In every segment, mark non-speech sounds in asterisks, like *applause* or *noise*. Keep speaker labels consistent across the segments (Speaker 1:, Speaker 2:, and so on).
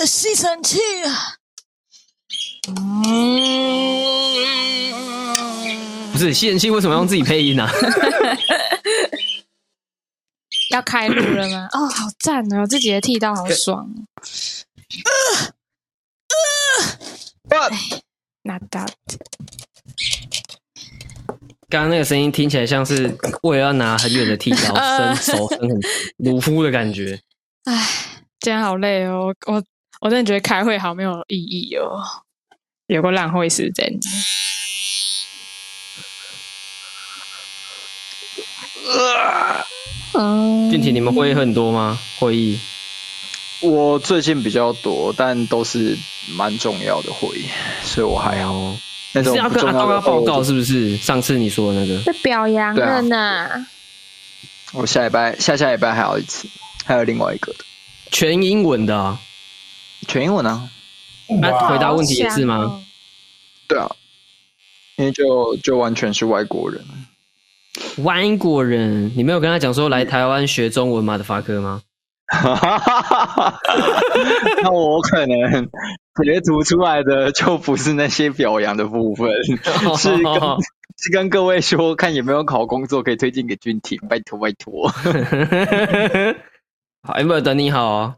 Speaker 1: 的吸尘器啊！嗯，
Speaker 2: 不是吸尘器为什么要用自己配音呢、啊？ *laughs*
Speaker 3: 要开录了吗？
Speaker 1: 嗯
Speaker 3: 哦，好赞哦！自己的剃刀好爽哦。
Speaker 1: 呃
Speaker 3: 哎那到
Speaker 2: 刚刚那个声音听起来像是为了要拿很远的剃
Speaker 3: *laughs*
Speaker 2: 刀，
Speaker 3: 呃
Speaker 2: 伸手伸很鲁夫的感
Speaker 3: *laughs*
Speaker 2: 觉。
Speaker 3: 今天好累哦，我我我真的觉得开会好没有意义哦，有个浪费时间。嗯，
Speaker 2: 俊廷，你们会议很多吗？会议
Speaker 4: 我最近比较多，但都是蛮重要的会议，所以我还好。
Speaker 2: 哦，
Speaker 4: 那
Speaker 2: 你
Speaker 4: 种
Speaker 2: 是要
Speaker 4: 不
Speaker 2: 跟
Speaker 4: 重
Speaker 2: 阿高要
Speaker 4: 要的会
Speaker 2: 报
Speaker 4: 我
Speaker 2: 告
Speaker 4: 就是
Speaker 2: 不是？上次你说的那个，
Speaker 3: 被表扬
Speaker 4: 对啊
Speaker 3: 了呢、
Speaker 4: 我下礼拜下下礼拜还有一次，还有另外一个的
Speaker 2: 全英文的、啊，
Speaker 4: 全英文啊。
Speaker 2: 那、回答问题也是
Speaker 3: 好
Speaker 2: 吗？
Speaker 3: 香哦？
Speaker 4: 对啊，因为就就完全是外国人。 *laughs*
Speaker 2: 外国人，你没有跟他讲说来台湾学中文马的法科吗？
Speaker 4: 那我可能截图出来的就不是那些表扬的部分， *laughs* 是跟是跟各位说，看有没有好工作可以推荐给俊廷，拜托拜托。
Speaker 2: *laughs* 好，amber 等你好哦。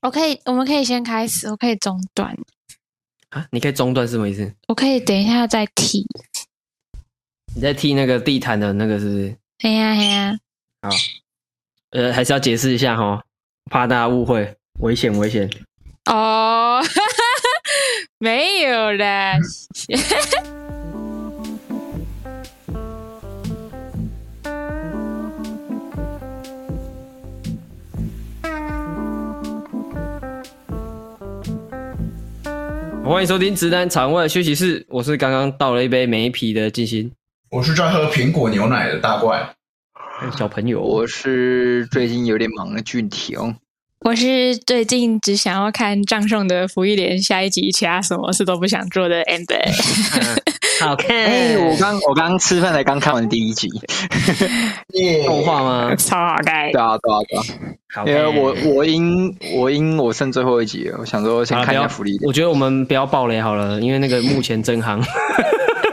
Speaker 3: 我可以，我们可以先开始，我可以中断，
Speaker 2: 啊，你可以中断是什么意思？
Speaker 3: 我可以等一下再提。
Speaker 2: 你在踢那个地毯的那个是不是？
Speaker 3: 哎呀哎呀，
Speaker 2: 呃，还是要解释一下哈，怕大家误会，危险危险。
Speaker 3: 哦， *laughs* 没有啦，
Speaker 2: 欢迎收听《直男场外休息室》，我是刚刚倒了一杯梅啤的静心
Speaker 5: 我是在喝苹果牛奶的大怪。
Speaker 2: 哎小朋友。
Speaker 4: 我是最近有点忙的俊廷，
Speaker 3: 我是最近只想要看葬送的福一莲下一集，其他什么事都不想做的 amber。
Speaker 2: 好看，
Speaker 4: 哎、我刚我刚吃饭才刚看完第
Speaker 2: *laughs*
Speaker 4: 一集，
Speaker 5: 耶
Speaker 2: 动画吗？
Speaker 3: *laughs* 超好看
Speaker 4: 对。啊对啊对啊，
Speaker 2: 好
Speaker 4: 因为哎我我因我因我剩最后一集了，我想说先
Speaker 2: 啊好了不
Speaker 4: 看一
Speaker 2: 要
Speaker 4: 下福利的。
Speaker 2: 我觉得我们不要爆雷好了，因为那个目前正夯，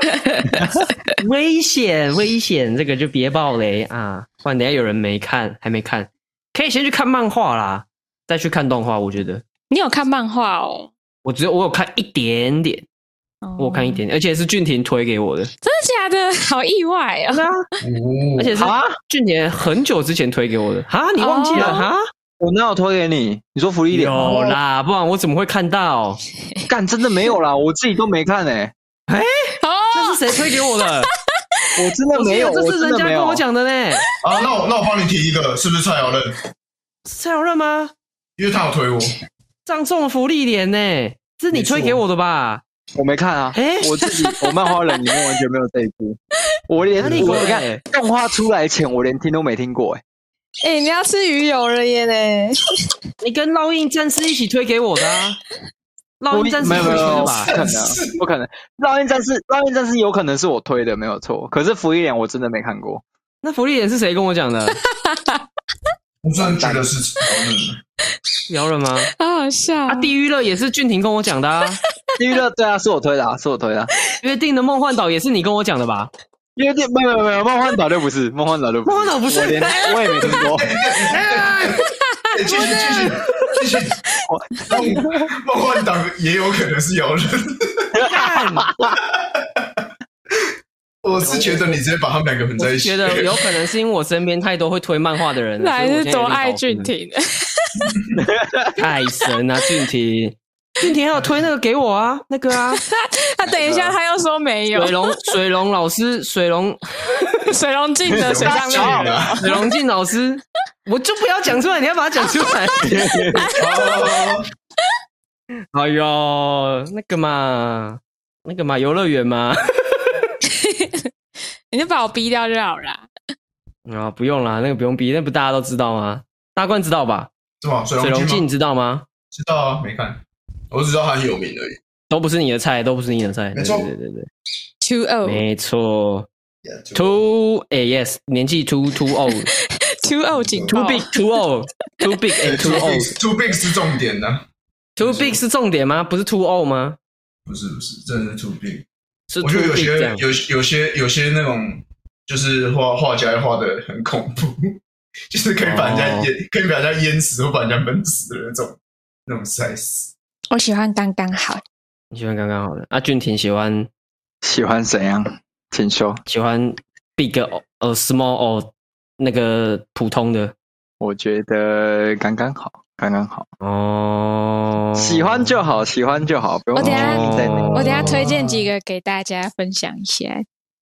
Speaker 2: *laughs* 危险危险，这个就别爆雷啊，不然等一下有人没看还没看，可以先去看漫画啦，再去看动画。我觉得
Speaker 3: 你有看漫画哦？
Speaker 2: 我只有我有看一点点，我有看一
Speaker 3: 哦，
Speaker 2: 点点，而且是俊廷推给我的，
Speaker 3: 真的假的？好意外哦！
Speaker 2: 啊而且是
Speaker 4: 啊，
Speaker 2: 俊廷很久之前推给我的啊，你忘记了
Speaker 3: 哦
Speaker 2: 啊？
Speaker 4: 我哪有推给你？你说福利点
Speaker 2: 有啦，不然我怎么会看到？
Speaker 4: *laughs* 干真的没有啦，我自己都没看哎、
Speaker 2: 这
Speaker 3: *laughs* 哦，
Speaker 2: 是谁推给我 *laughs* 的？
Speaker 4: 我真的
Speaker 2: 不是啊
Speaker 4: 没有，
Speaker 2: 这是
Speaker 4: 真
Speaker 2: 人
Speaker 4: 的
Speaker 2: 家
Speaker 4: 没
Speaker 2: 跟
Speaker 4: 有
Speaker 2: 我。讲的呢。
Speaker 5: 啊，那我那我帮你提一个，是不是蔡瑶任？
Speaker 2: 蔡小任吗？
Speaker 5: 因为他有推我，
Speaker 2: 葬送的福利莲呢、这是你推给我的吧？
Speaker 4: 我没看啊，
Speaker 2: 哎
Speaker 4: 我自己我漫画人里面完全没有这一部，我连
Speaker 2: 哪里
Speaker 4: 我
Speaker 2: 鬼
Speaker 4: 你看动画出来前我连听都没听过哎、
Speaker 3: 哎、你要吃鱼油了耶嘞！
Speaker 2: 你跟烙印战士一起推给我的啊！烙印战士
Speaker 4: 没有没有没有，
Speaker 2: 的
Speaker 4: 不
Speaker 2: 吧？
Speaker 4: 可能
Speaker 3: *laughs*
Speaker 4: 不可能，烙印战士烙印战士有可能是我推的没有错，可是福一脸我真的没看过，
Speaker 2: 那福利莲是谁跟我讲
Speaker 4: *laughs*
Speaker 2: 的？
Speaker 5: 我真的觉得是蔡瑶任。
Speaker 2: 姚人吗？
Speaker 3: 好好笑、
Speaker 2: 啊，地狱乐也是俊廷跟我讲的啊。
Speaker 4: 因为对啊是我推的、啊，是我推的、啊，
Speaker 2: 约定的梦幻岛也是你跟我讲的吧？
Speaker 4: 因为没有没有没有梦幻岛就不是梦幻岛就不是
Speaker 2: 梦幻岛不是
Speaker 4: 我连
Speaker 3: 哎
Speaker 4: 我也没听过，
Speaker 5: 继续继续继续，梦幻党也有可能是姚任。
Speaker 2: 干
Speaker 5: 我是觉得你直接把他们两个混
Speaker 2: 我
Speaker 5: 在
Speaker 2: 是
Speaker 5: 一起，
Speaker 2: 觉得有可能是因为我身边太多会推漫画的人了，
Speaker 3: 来
Speaker 2: 所以我
Speaker 3: 是
Speaker 2: 现在有
Speaker 3: 多
Speaker 2: 点
Speaker 3: 爱
Speaker 2: 搞混
Speaker 3: 俊廷的，
Speaker 2: 太神啊！俊廷， *laughs* 俊廷还有推那个给我啊，那个 *laughs* 啊，
Speaker 3: 他 *laughs* 等一下他又说没有
Speaker 2: 水龙水龙老师，水龙
Speaker 3: 水龙镜的水上
Speaker 5: 去
Speaker 3: 乐园，
Speaker 5: 了。
Speaker 2: 水龙静老师， *laughs* 我就不要讲出来，你要把它讲出来。
Speaker 5: 哦
Speaker 2: *laughs* 哎呦，那个嘛，那个嘛，游乐园嘛， *laughs*
Speaker 3: 你就把我逼掉就好啦。
Speaker 2: 啊，不用啦，那个不用逼，那不大家都知道吗？大冠知道吧？
Speaker 5: 是吗？水
Speaker 2: 水龙
Speaker 5: 龙
Speaker 2: 镜
Speaker 5: 镜
Speaker 2: 你知道吗？
Speaker 5: 知道啊，没看，我只知道他很有名而已。
Speaker 2: 都不是你的菜，都不是你的菜。
Speaker 5: 没错
Speaker 2: 对对对对
Speaker 3: Two
Speaker 2: 对，
Speaker 3: O
Speaker 2: 没错。Too 哎 yes，年纪 too too
Speaker 3: *laughs*
Speaker 2: old，too
Speaker 3: Two O 警报
Speaker 2: big too old，too big and too
Speaker 5: Too
Speaker 2: old。
Speaker 5: big，Too big 是重点呢。
Speaker 2: Too big 是重点吗？不是 too old 吗？
Speaker 5: 不是不是，真的是 too big。
Speaker 2: 是 too
Speaker 5: 我觉得有
Speaker 2: big 这
Speaker 5: 些
Speaker 2: 样。
Speaker 5: 有些有些有些那种就是画画家画的很恐怖， *laughs* 就是可以把人家
Speaker 2: 哦
Speaker 5: 淹，可以把人家淹死或把人家闷死的那种那种 size。
Speaker 3: 我喜欢刚刚好。
Speaker 2: 你喜欢刚刚好的？阿俊挺喜欢
Speaker 4: 喜欢怎样？请说。
Speaker 2: 喜欢 big 呃 small or 那个普通的
Speaker 4: 我觉得刚刚好，刚刚好，
Speaker 2: 哦。
Speaker 4: 喜欢就好，喜欢就好，不用
Speaker 3: 我等一下
Speaker 4: 在那
Speaker 2: 哦
Speaker 4: 个
Speaker 3: 我等一下推荐几个给大家分享一 *laughs* 下。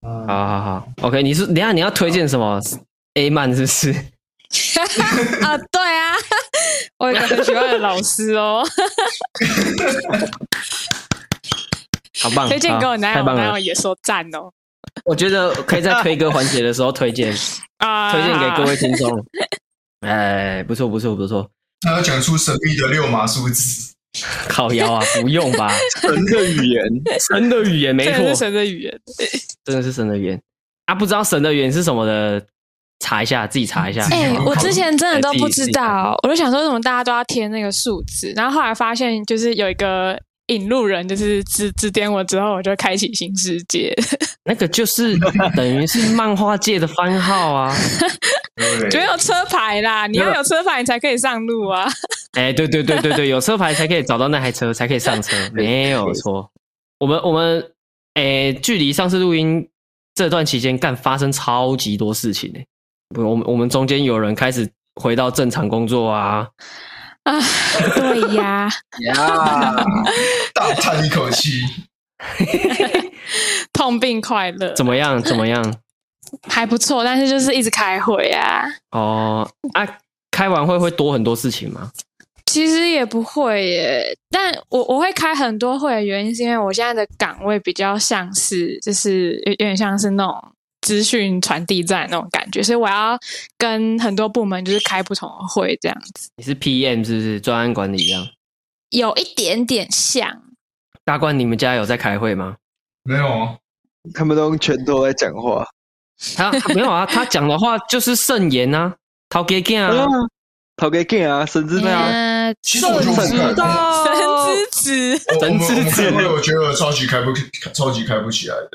Speaker 5: 啊，
Speaker 2: 好好好，OK，你是等一下你要推荐什么 A 漫是
Speaker 3: *laughs*
Speaker 2: 不是？
Speaker 3: 啊，对啊，我有一个很喜欢的老师 *laughs* 哦，
Speaker 2: 好棒，
Speaker 3: 推荐给我
Speaker 2: 好
Speaker 3: 男
Speaker 2: 太
Speaker 3: 友，我
Speaker 2: 棒
Speaker 3: 男友
Speaker 2: 了！
Speaker 3: 也说赞哦。
Speaker 2: 我觉得可以在推歌环节的时候推
Speaker 3: *laughs*
Speaker 2: 荐，
Speaker 3: 啊，
Speaker 2: 推荐给各位听众。哎，不错不错不错，
Speaker 5: 他要讲出神秘的六码数字， *laughs*
Speaker 2: 靠腰啊，不用吧？
Speaker 4: 神的语
Speaker 3: *laughs*
Speaker 4: 言，
Speaker 2: *laughs* 神的语言没
Speaker 3: 这个是
Speaker 2: 错，
Speaker 3: 神的语言。
Speaker 2: 真的是神的语言啊！不知道神的语言是什么的，查一下，自己查一下。
Speaker 5: 哎
Speaker 3: *laughs* 哎、我之前真的都不知
Speaker 2: 哎
Speaker 3: 道，我就想说为什么大家都要贴那个数字，然后后来发现就是有一个引路人，就是指指点我之后，我就开启新世界，
Speaker 2: 那个就是 *laughs* 等于是漫画界的番号啊！
Speaker 5: 对不对？
Speaker 3: 没有车牌啦，你要有车牌你才可以上路啊。
Speaker 2: *laughs* 哎，对对对对 *laughs* 对，有车牌才可以找到那台车，才可以上车， *laughs* 没有错。我们我们哎，距离上次录音这段期间，干发生超级多事情呢、不，我们我们中间有人开始回到正常工作啊，
Speaker 3: 啊，对呀，
Speaker 4: 呀，
Speaker 5: 大叹一口气，
Speaker 3: *laughs* 痛并快乐，
Speaker 2: 怎么样怎么样？
Speaker 3: 还不错，但是就是一直开会啊。
Speaker 2: 哦啊，开完会会多很多事情吗？
Speaker 3: 其实也不会耶，但我我会开很多会的原因是因为我现在的岗位比较像是，就是有有点像是那种资讯传递站那种感觉，所以我要跟很多部门就是开不同的会这样子，
Speaker 2: 你是 PM 是不是专案管理这样？
Speaker 3: 有一点点像。
Speaker 2: 大官，你们家有在开会吗？
Speaker 5: 没有哦，
Speaker 4: *laughs* 他们都全都在讲话。
Speaker 2: 他他没有啊，他讲的话就是慎言啊，陶给给啊，
Speaker 4: 投嗯给 Gay 啊，神之
Speaker 3: 嗯，
Speaker 4: 妹啊，
Speaker 5: 其实我觉得我们
Speaker 4: 知
Speaker 5: 开
Speaker 2: 道
Speaker 3: 神之子，
Speaker 5: 我我
Speaker 2: 神
Speaker 5: 们
Speaker 2: 之
Speaker 5: 我们开
Speaker 2: 子
Speaker 5: 会，我觉得超级开不超级开不起来的。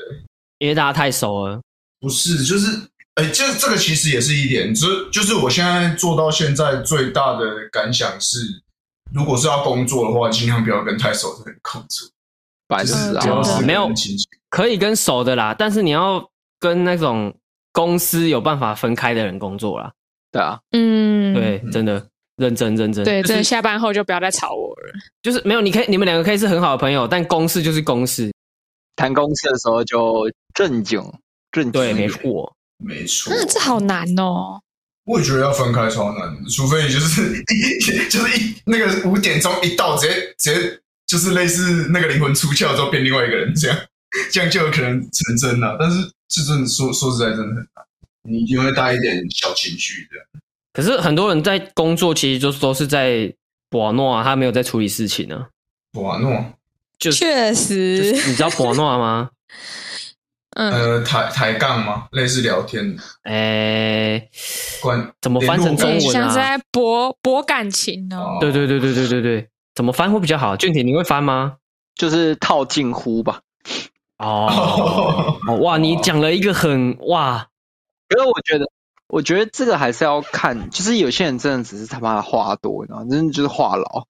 Speaker 2: 因为大家太熟了。
Speaker 5: 不是，就是，哎、这这个其实也是一点，就就是我现在做到现在最大的感想是，如果是要工作的话，尽量不要跟太熟的人工作，
Speaker 4: 烦
Speaker 5: 就是
Speaker 4: 死
Speaker 5: 只
Speaker 4: 啊！
Speaker 5: 要
Speaker 3: 嗯真
Speaker 5: 是
Speaker 3: 的
Speaker 2: 没有
Speaker 5: 亲戚，
Speaker 2: 可以跟熟的啦，但是你要跟那种公司有办法分开的人工作啦。
Speaker 4: 对啊，
Speaker 3: 嗯，
Speaker 2: 对，真的认真认真。
Speaker 3: 对，
Speaker 2: 就
Speaker 3: 真的
Speaker 2: 是
Speaker 3: 下班后就不要再吵我了。
Speaker 2: 就是没有，你可以你们两个可以是很好的朋友，但公事就是公事。
Speaker 4: 谈公事的时候就正经正经，
Speaker 2: 对，没错。
Speaker 5: 没错。
Speaker 3: 那这好难哦。
Speaker 5: 我也觉得要分开超难的，除非你就是 *laughs* 就是一那个五点钟一到，直接直接就是类似那个灵魂出窍之后变另外一个人这样，这样就有可能成真了、但是这真的说说实在真的很难，你一定会带一点小情绪的。
Speaker 2: 可是很多人在工作，其实就是都是在博诺啊，他没有在处理事情呢、
Speaker 5: 哇，那种
Speaker 2: 就是
Speaker 3: 确
Speaker 2: 就是
Speaker 3: 实，
Speaker 2: 你知道博诺吗？ *laughs*
Speaker 3: 嗯，
Speaker 5: 呃抬抬杠吗？类似聊天
Speaker 2: 哎、
Speaker 5: 关
Speaker 2: 怎么翻成中
Speaker 3: 对，
Speaker 2: 文
Speaker 3: 像是
Speaker 2: 啊？
Speaker 3: 在博博感情哦。
Speaker 5: 哦
Speaker 2: 对
Speaker 5: *laughs*
Speaker 2: 对对对对对对，怎么翻会比较好？俊廷，你会翻吗？
Speaker 4: 就是套近乎吧。
Speaker 2: 哦，哦哇，你讲了一个很哇，
Speaker 4: 可是我觉得，我觉得这个还是要看，就是有些人真的只是他妈的话多，然后真的就是话痨，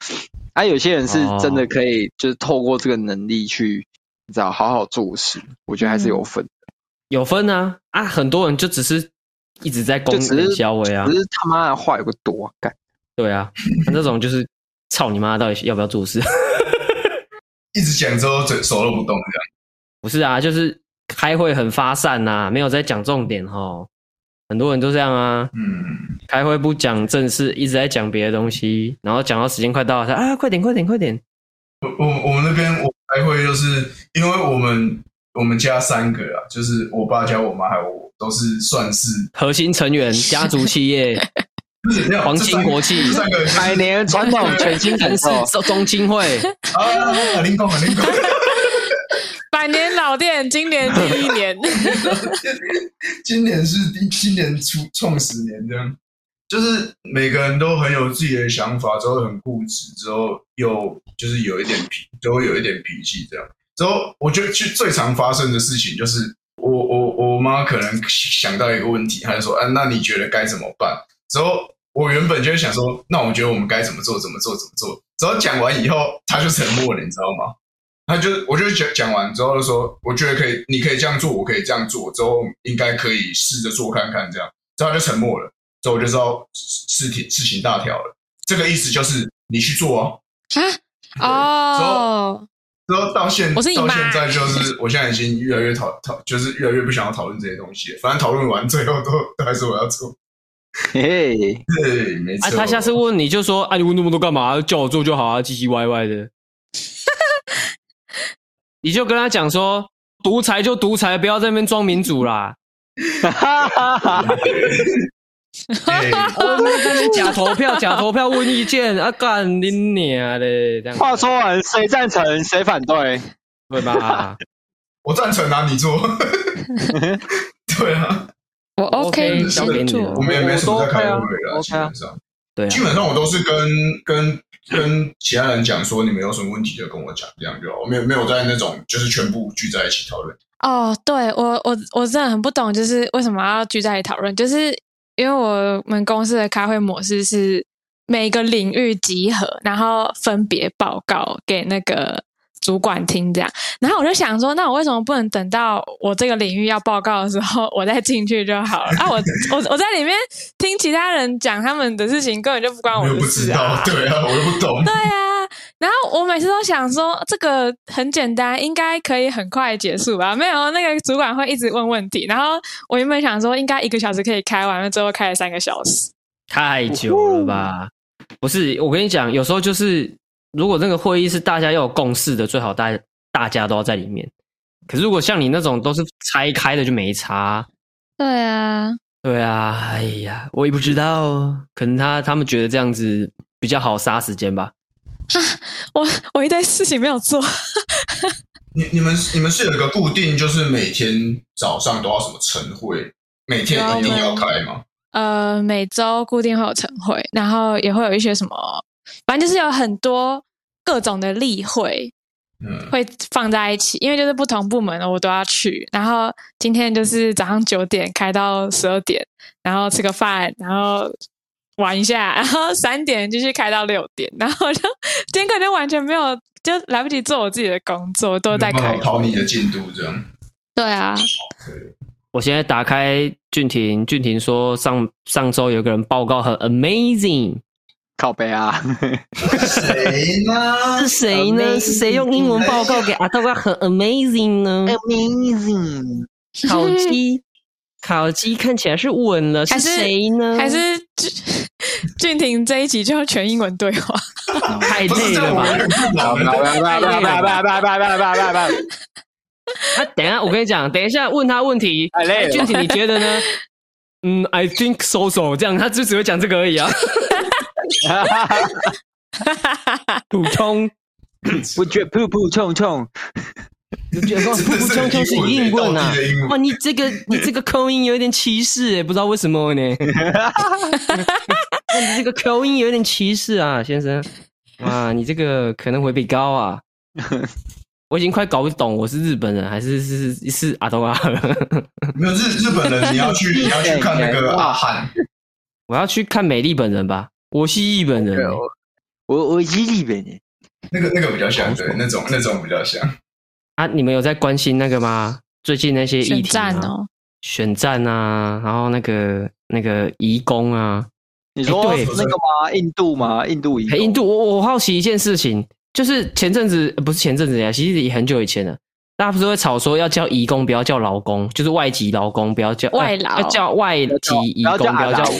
Speaker 4: 啊，有些人是真的可以，就是透过这个能力去，你知道，好好做事，我觉得还
Speaker 2: 嗯
Speaker 4: 是有分，
Speaker 2: 有分啊啊！很多人就只是一直在攻
Speaker 4: 就只是
Speaker 2: 消委啊
Speaker 4: 只，是他妈的话有个多
Speaker 2: *laughs*
Speaker 4: 干，
Speaker 2: 对啊，那这种就是操你妈，到底要不要做事？ *laughs*
Speaker 5: 一直讲之后嘴手都不动这样。
Speaker 2: 不是啊，就是开会很发散呐、没有在讲重点哈。很多人都这样啊，
Speaker 5: 嗯，
Speaker 2: 开会不讲正事，一直在讲别的东西，然后讲到时间快到了，他啊，快点，快点，快点，
Speaker 5: 我我我们那边我开会就是因为我们我们家三个啊，就是我爸加我妈还有我，都是算是
Speaker 2: 核心成员、家族企
Speaker 4: *laughs*
Speaker 2: 业、皇亲国哎戚、
Speaker 5: 这三个人就是
Speaker 4: 百年传统全新
Speaker 2: 城 *laughs*
Speaker 4: 感
Speaker 2: 市
Speaker 4: 受，
Speaker 2: 中青会，
Speaker 5: 啊，很灵光很灵光，
Speaker 3: 百年老店，今年第一
Speaker 2: *laughs*
Speaker 3: 年，
Speaker 5: *laughs* 今年是第今年初创始年这样。就是每个人都很有自己的想法，之后很固执，之后又就是有一点脾，都会有一点脾气这样。之后我觉得去最常发生的事情就是，我我我妈可能想到一个问题，她就说：“啊，那你觉得该怎么办？”之后我原本就会想说：“那我觉得我们该怎么做，怎么做，怎么做。”之后讲完以后，她就沉默了，你知道吗？她就我就讲讲完之后就说：“我觉得可以，你可以这样做，我可以这样做，之后应该可以试着做看看这样。”之后她就沉默了。所以我就知道事情事情大条了。这个意思就是你去做哦。
Speaker 3: 啊哦，
Speaker 5: 然后到现
Speaker 3: 我是你
Speaker 5: 到
Speaker 3: 妈
Speaker 5: 现在就是，我现在已经越来越讨讨，就是越来越不想要讨论这些东西了。反正讨论完最后都都还是我要做。
Speaker 4: 嘿嘿，
Speaker 5: 对，没错。
Speaker 2: 啊，他下次问你就说，啊，你问那么多干嘛？叫我做就好啊，唧唧歪歪
Speaker 4: *laughs*
Speaker 2: 的。你就跟他讲说，独裁就独裁，不要在那边装民主
Speaker 4: *laughs*
Speaker 2: 啦。
Speaker 4: 哈哈哈！
Speaker 5: 哎
Speaker 2: 我们哦在那边假投票，假投票问意见啊，干你娘嘞！这样
Speaker 4: 话说完，谁赞成，谁反对？
Speaker 2: 对吧？
Speaker 5: 我赞成啊，你 *laughs* 做。对啊，
Speaker 3: 我
Speaker 2: 我哦 OK，
Speaker 3: OK，你
Speaker 2: 交
Speaker 3: 先
Speaker 2: 给你
Speaker 3: 做
Speaker 2: 了
Speaker 5: 我们也没什么在开会
Speaker 4: 我
Speaker 5: 了，
Speaker 4: 都
Speaker 5: 基
Speaker 4: OK 啊
Speaker 5: 本上
Speaker 2: 对啊，
Speaker 5: 基本上我都是跟跟跟其他人讲说，你们有什么问题就跟我讲，这样就好。我没有没有在那种就是全部聚在一起讨论。
Speaker 3: 哦，对我我我真的很不懂，就是为什么要聚在一起讨论，就是因为我们公司的开会模式是每个领域集合，然后分别报告给那个主管听这样。然后我就想说，那我为什么不能等到我这个领域要报告的时候，我再进去就好了？啊，我 *laughs* 我我在里面听其他人讲他们的事情，根本就不关
Speaker 5: 我
Speaker 3: 我
Speaker 5: 又不
Speaker 3: 的
Speaker 5: 知
Speaker 3: 事
Speaker 5: 道
Speaker 3: 啊，。
Speaker 5: *laughs* 对啊，我又不懂。
Speaker 3: 对啊，然后我每次都想说，这个很简单，应该可以很快结束吧？没有，那个主管会一直问问题。然后我原本想说，应该一个小时可以开完，最后开了三个小时。
Speaker 2: 太久了吧？不是，我跟你讲，有时候就是，如果那个会议是大家要有共识的，最好大大家都要在里面。可是如果像你那种都是拆开的，就没差。
Speaker 3: 对啊，
Speaker 2: 对啊，哎呀，我也不知道，可能他他们觉得这样子比较好杀时间吧。
Speaker 3: 我我一堆事情没有做，
Speaker 5: 你你们你们是有一个固定，就是每天早上都要什么晨会，每天
Speaker 3: 啊
Speaker 5: 一定要开吗？
Speaker 3: 呃，每周固定会有晨会，然后也会有一些什么，反正就是有很多各种的例会，
Speaker 5: 嗯，
Speaker 3: 会放在一起，因为就是不同部门的我都要去。然后今天就是早上九点开到十二点，然后吃个饭，然后玩一下，然后三点继续开到六点，然后我就今天可能完全没有，就来不及做我自己的工作，都在
Speaker 5: 没办
Speaker 3: 开
Speaker 5: 法。跑你的进度这样。
Speaker 3: 对啊，
Speaker 2: 我现在打开俊廷，俊廷说上上周有个人报告很 amazing，
Speaker 4: 靠背啊！
Speaker 5: 谁呢
Speaker 2: 是？谁呢？是谁用英文报告给阿豆哥很 amazing 呢？
Speaker 4: Amazing！
Speaker 3: *laughs*
Speaker 2: 烤鸡，烤鸡看起来是稳了，
Speaker 3: 还是
Speaker 2: 谁呢？
Speaker 3: 还是俊俊 *laughs* 廷这一集就全英文对话，
Speaker 2: 太
Speaker 5: 不啊是
Speaker 2: 累
Speaker 5: 这
Speaker 2: 了
Speaker 5: 样，我
Speaker 2: 吧？
Speaker 5: 有点不
Speaker 4: 好，拜
Speaker 5: 懂
Speaker 4: 拜拜拜拜
Speaker 5: 了。
Speaker 4: 拜拜拜拜拜拜！
Speaker 2: 啊，等一下，我跟你讲，等一下问他问题，
Speaker 4: 太累
Speaker 2: 具
Speaker 4: 了。
Speaker 2: 体你觉得
Speaker 5: *laughs*
Speaker 2: 呢？嗯，I think so so，这样他就只会讲这个而已
Speaker 5: *laughs*
Speaker 2: 啊。普通，
Speaker 4: 我觉得噗噗冲冲，
Speaker 2: 你觉得
Speaker 5: 真的
Speaker 2: 普
Speaker 5: 是
Speaker 2: 通就是英文啊
Speaker 5: 到底的英？文
Speaker 2: 哇，你这个你这个口音有点歧视哎，不知道为什么呢？哇你这个口音有点歧视啊，先生。哇，你这个可能会被高啊。我已经快搞不懂，我是日本人还是是是是阿东啊？ *laughs*
Speaker 5: 没有日日本人，你要去你要去看那个啊阿汉，
Speaker 2: 我要去看美丽本人吧，我是日本人欸、
Speaker 4: 我我是日本人，
Speaker 5: 那个那个比较像，对，那种那种比较像。
Speaker 2: 啊，你们有在关心那个吗？最近那些议
Speaker 3: 选
Speaker 2: 题啊
Speaker 3: 战，哦，
Speaker 2: 选战啊，然后那个那个移工啊，
Speaker 4: 你说
Speaker 2: 哎对
Speaker 4: 那个吗？印度吗？印度裔
Speaker 2: 哎，印度，我我好奇一件事情，就是前阵子呃不是前阵子呀，其实也很久以前了，大家不是会吵说要叫移工不要叫劳工，就是外籍劳工不要叫呃
Speaker 3: 外劳
Speaker 2: 要叫外籍移工
Speaker 4: 然
Speaker 2: 不
Speaker 4: 后叫
Speaker 2: 要叫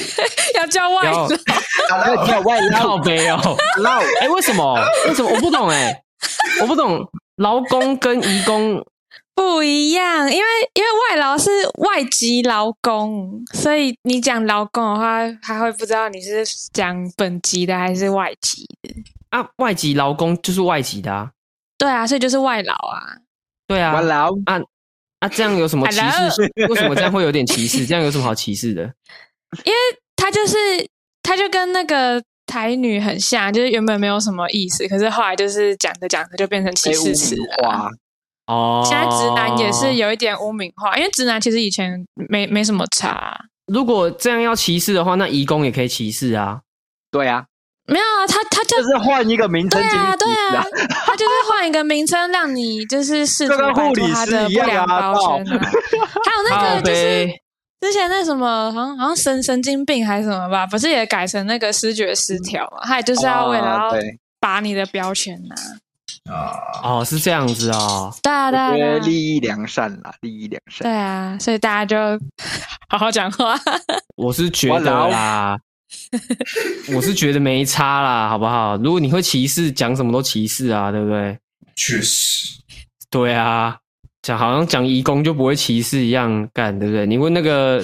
Speaker 3: *laughs* 要叫外
Speaker 2: 要
Speaker 3: 劳
Speaker 5: 啊
Speaker 4: 要叫外
Speaker 2: 靠
Speaker 4: 劳
Speaker 2: 背哦。
Speaker 4: 劳，
Speaker 2: 哎、为什么？为什么？我不懂哎、我不懂劳工跟移工
Speaker 3: 不一样，因为因为外劳是外籍劳工，所以你讲劳工的话，他会不知道你是讲本籍的还是外籍的。
Speaker 2: 啊，外籍劳工就是外籍的啊，
Speaker 3: 对啊，所以就是外劳啊。
Speaker 2: 对啊，
Speaker 4: 完劳，
Speaker 2: 啊啊，这样有什么歧视？为什么这样会有点歧视？这样有什么好歧视的？
Speaker 3: 他就是他就跟那个台女很像，就是原本没有什么意思，可是后来就是讲着讲着就变成歧
Speaker 4: 被污
Speaker 3: 视词
Speaker 4: 名
Speaker 3: 了啊。
Speaker 4: 化，
Speaker 2: 哦，
Speaker 3: 现在直男也是有一点污名化，因为直男其实以前没没什么差啊、
Speaker 2: 如果这样要歧视的话，那移工也可以歧视啊。
Speaker 4: 对啊，
Speaker 3: 没有啊，他他就
Speaker 4: 就是换一个名称
Speaker 3: 对
Speaker 4: 进去
Speaker 3: 啊，对
Speaker 4: 死
Speaker 3: 啊，他就是换一个名称，让你就是试图
Speaker 4: 这 *laughs* 跟
Speaker 3: 摆
Speaker 4: 护
Speaker 3: 脱
Speaker 4: 理
Speaker 3: 他
Speaker 4: 师
Speaker 3: 的
Speaker 4: 一
Speaker 3: 不
Speaker 4: 样
Speaker 3: 良
Speaker 4: 啊
Speaker 3: 包
Speaker 4: 靠
Speaker 3: 身啊。 *laughs* 还有
Speaker 4: *laughs*
Speaker 3: 那
Speaker 2: 靠
Speaker 3: 个就是
Speaker 2: 背
Speaker 3: 之前那什么，好像好像神神经病还是什么吧，不是也改成那个视觉失调嘛？他也就是要为了
Speaker 4: 啊
Speaker 3: 要
Speaker 4: 对
Speaker 3: 拔你的标签呐、
Speaker 5: 啊，
Speaker 2: 哦，是这样子哦。
Speaker 3: 对啊，对啊
Speaker 4: 我觉
Speaker 3: 对
Speaker 4: 得
Speaker 3: 啊，
Speaker 4: 利益良善啦，利益良善
Speaker 3: 对。啊，所以大家就好好讲
Speaker 4: *laughs*
Speaker 3: 话。
Speaker 2: 我是觉得啦，
Speaker 3: *laughs*
Speaker 2: 我是觉得没差啦，好不好？如果你会歧视，讲什么都歧视啊，对不对？
Speaker 5: 确实，
Speaker 2: 对啊，讲好像讲移工就不会歧视一样，干对不对？你问那个，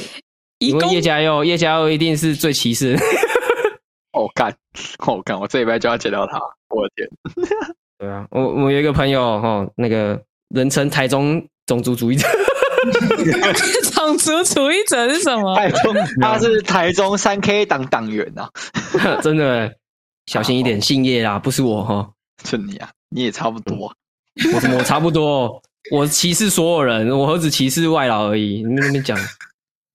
Speaker 3: 移
Speaker 2: 你
Speaker 3: 工
Speaker 2: 问叶嘉佑，叶嘉佑一定是最歧
Speaker 3: *laughs*
Speaker 2: 视的。
Speaker 4: 哦干，哦干，我这礼拜就要见到他，我的天，
Speaker 2: 对啊，我我有一个朋友哦，那个人称台中种族主义者， *laughs*
Speaker 3: 种族主义者是什么？
Speaker 4: 台中他是台中三 K 党党员呐，
Speaker 2: 真的小心一点，姓叶啦，不是我哈、哦，
Speaker 4: 就你啊，你也差不多。
Speaker 2: 我怎么我差不多，我歧视所有人，我何止歧视外劳而已。你在那边讲，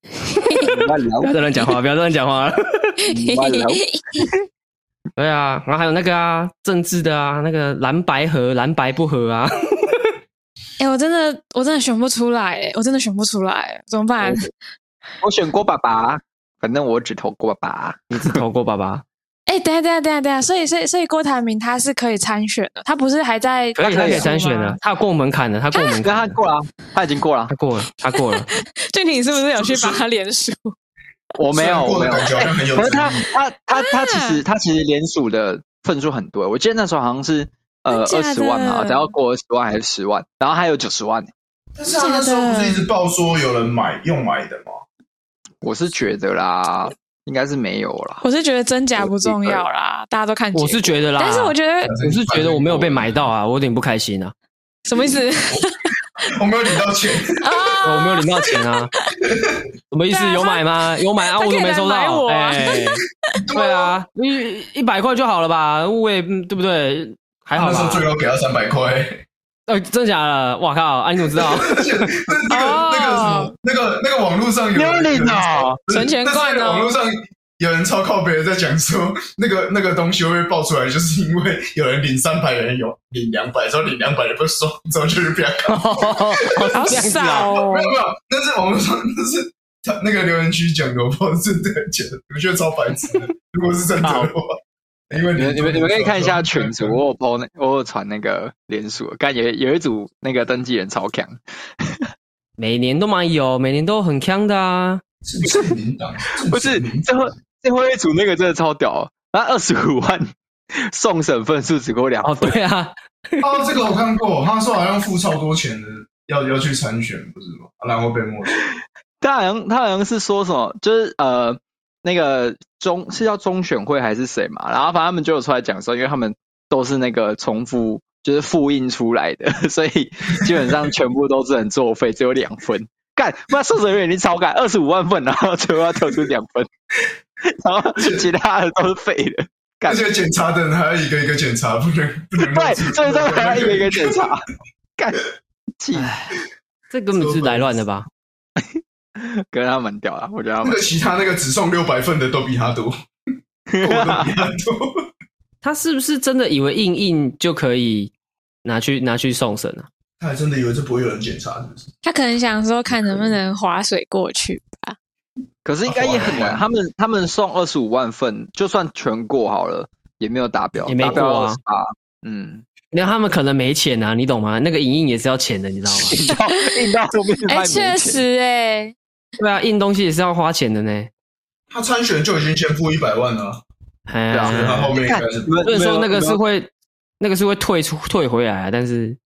Speaker 4: 你慢聊
Speaker 2: 不要再乱讲话，不要再乱讲话。
Speaker 4: 你慢聊
Speaker 2: 对啊，然后还有那个啊，政治的啊，那个蓝白合、蓝白不合啊，
Speaker 3: *laughs* 哎、我真的我真的选不出来、哎我真的选不出来，怎么办？
Speaker 4: 我选郭爸爸，反正我只投郭爸爸。
Speaker 2: 你只投过爸爸，
Speaker 3: 哎、等一下等一下等一下等一下，所以所以所以郭台铭他是可以参选的，他不是还在
Speaker 2: 可以他可以参选啊
Speaker 3: 的
Speaker 2: 的，。他有过门槛的，他过门
Speaker 4: 那他
Speaker 2: 槛的，
Speaker 4: 过了啊，他已经过了啊
Speaker 2: 他，过了，他过了。
Speaker 3: 俊廷是不是有去把他连署？
Speaker 4: 我没
Speaker 5: 虽
Speaker 4: 有，
Speaker 5: 然
Speaker 4: 我
Speaker 5: 过
Speaker 4: 没
Speaker 5: 的
Speaker 4: 有。
Speaker 5: 感觉好像很有
Speaker 4: 可是
Speaker 5: 诚
Speaker 4: 他
Speaker 5: 意
Speaker 4: 他他他其实他其实联署的份数很多，我记得那时候好像是呃
Speaker 3: 真
Speaker 4: 二
Speaker 3: 假
Speaker 4: 十
Speaker 3: 的
Speaker 4: 万嘛，只要过二十万还是十万，然后还有九十万。
Speaker 5: 但是他那时候不是一直报说有人买用买的吗？
Speaker 4: 我是觉得啦，应该是没有啦。
Speaker 3: *laughs* 我是觉得真假不重要啦，大家都看结果。
Speaker 2: 我是觉得啦，
Speaker 3: 但哎是我觉得
Speaker 2: 我是觉得我没有被买到啊，我有点不开心啊，
Speaker 3: 什么意思
Speaker 5: 我没有领到钱，
Speaker 2: *laughs* 我
Speaker 3: 啊？
Speaker 2: 没有领到钱
Speaker 3: *laughs*
Speaker 2: 啊，什么意思
Speaker 3: 对啊？
Speaker 2: 有买吗？有买啊，
Speaker 3: 他
Speaker 2: 我
Speaker 3: 可以
Speaker 2: 怎么没收
Speaker 3: 来买
Speaker 2: 到？
Speaker 3: 我啊
Speaker 2: 哎，
Speaker 3: *laughs*
Speaker 2: 对啊，一一百块就好了吧？我也嗯对不对？还好
Speaker 5: 那时候
Speaker 2: 吧
Speaker 5: 最？高给他三百块。
Speaker 2: 呃，真假的？哇靠！啊，你怎么知道？ *laughs*
Speaker 5: 那那个那个什么那个那个网络上有
Speaker 4: 有领
Speaker 5: 有人
Speaker 4: 哦，
Speaker 5: 不是
Speaker 3: 存钱罐哦
Speaker 5: 但是那个网络上有人超靠别人在讲说，那个那个东西会被爆出来，就是因为有人领三百，有人有领两百，之后领两百的不爽，之后就是不要搞。
Speaker 2: 好
Speaker 3: 好少哦
Speaker 5: 没，有没有，但是网络上但是他那个留言区讲的，我不知道是真的假的，我觉得超白痴的。如果是真的的话，因为
Speaker 4: 你们你们你们可以看一下群组，我有 PO 那我有传那个联署，看有有一组那个登记人超强，
Speaker 2: 每年都蛮有，每年都很强的啊。
Speaker 5: 是不是民党？
Speaker 2: *laughs*
Speaker 4: 不是最后最后一组那个真的超屌哦，那二十五万送审份数只够两
Speaker 2: 哦，对啊，
Speaker 5: 哦，这个我看过，他说好像付超多钱的，要要去参选，不是吗？啊然后被没收。
Speaker 4: 他好像他好像是说什么，就是呃那个中是叫中选会还是谁嘛，然后反正他们就有出来讲说，因为他们都是那个重复就是复印出来的， *laughs* 所以基本上全部都只能作废，只有两分。干，那受审员已经超干二十五万份，然后最后要投出两分， *laughs* 然后其他的都是废的。干
Speaker 5: 而且检查的人还要一个一个检查，不能不能
Speaker 4: 对， *laughs*
Speaker 5: 乱
Speaker 4: 所以说还要一个一个检查。 *laughs* 干，气， *laughs*
Speaker 2: 这根本是来乱的吧？
Speaker 4: 可是他蛮屌啊啦，我觉得他
Speaker 5: 那
Speaker 4: *laughs* 蛮
Speaker 5: 个其他那个只送六百份的都比他多，我都比他多。
Speaker 2: 他是不是真的以为印印就可以拿去拿去送审啊？
Speaker 5: *laughs* 他还真的以为这不会有人检查，是不是？
Speaker 3: 他可能想说看能不能划水过去。
Speaker 4: 可是应该也很难，啊他们他们送二十五万份，就算全过好了，也没有达标，
Speaker 2: 也没
Speaker 4: 达标
Speaker 2: 过啊
Speaker 4: 28嗯，
Speaker 2: 那他们可能没钱啊，你懂吗？那个影印也是要钱的，你知
Speaker 3: *laughs*
Speaker 2: 道吗？
Speaker 4: *laughs* 硬到硬到后面
Speaker 3: 哎、
Speaker 4: 卖
Speaker 3: 确实哎、
Speaker 2: 对啊，印东西也是要花钱的呢。
Speaker 5: 他参选就已经先付一百万了，
Speaker 2: 哎
Speaker 4: 对啊
Speaker 2: *laughs*
Speaker 5: 所以他
Speaker 2: 呀，
Speaker 5: 后面应该
Speaker 4: 看
Speaker 5: 是
Speaker 4: 你们
Speaker 2: 所以说那个
Speaker 4: 没有
Speaker 2: 是会那个是会退出退回来啊，但是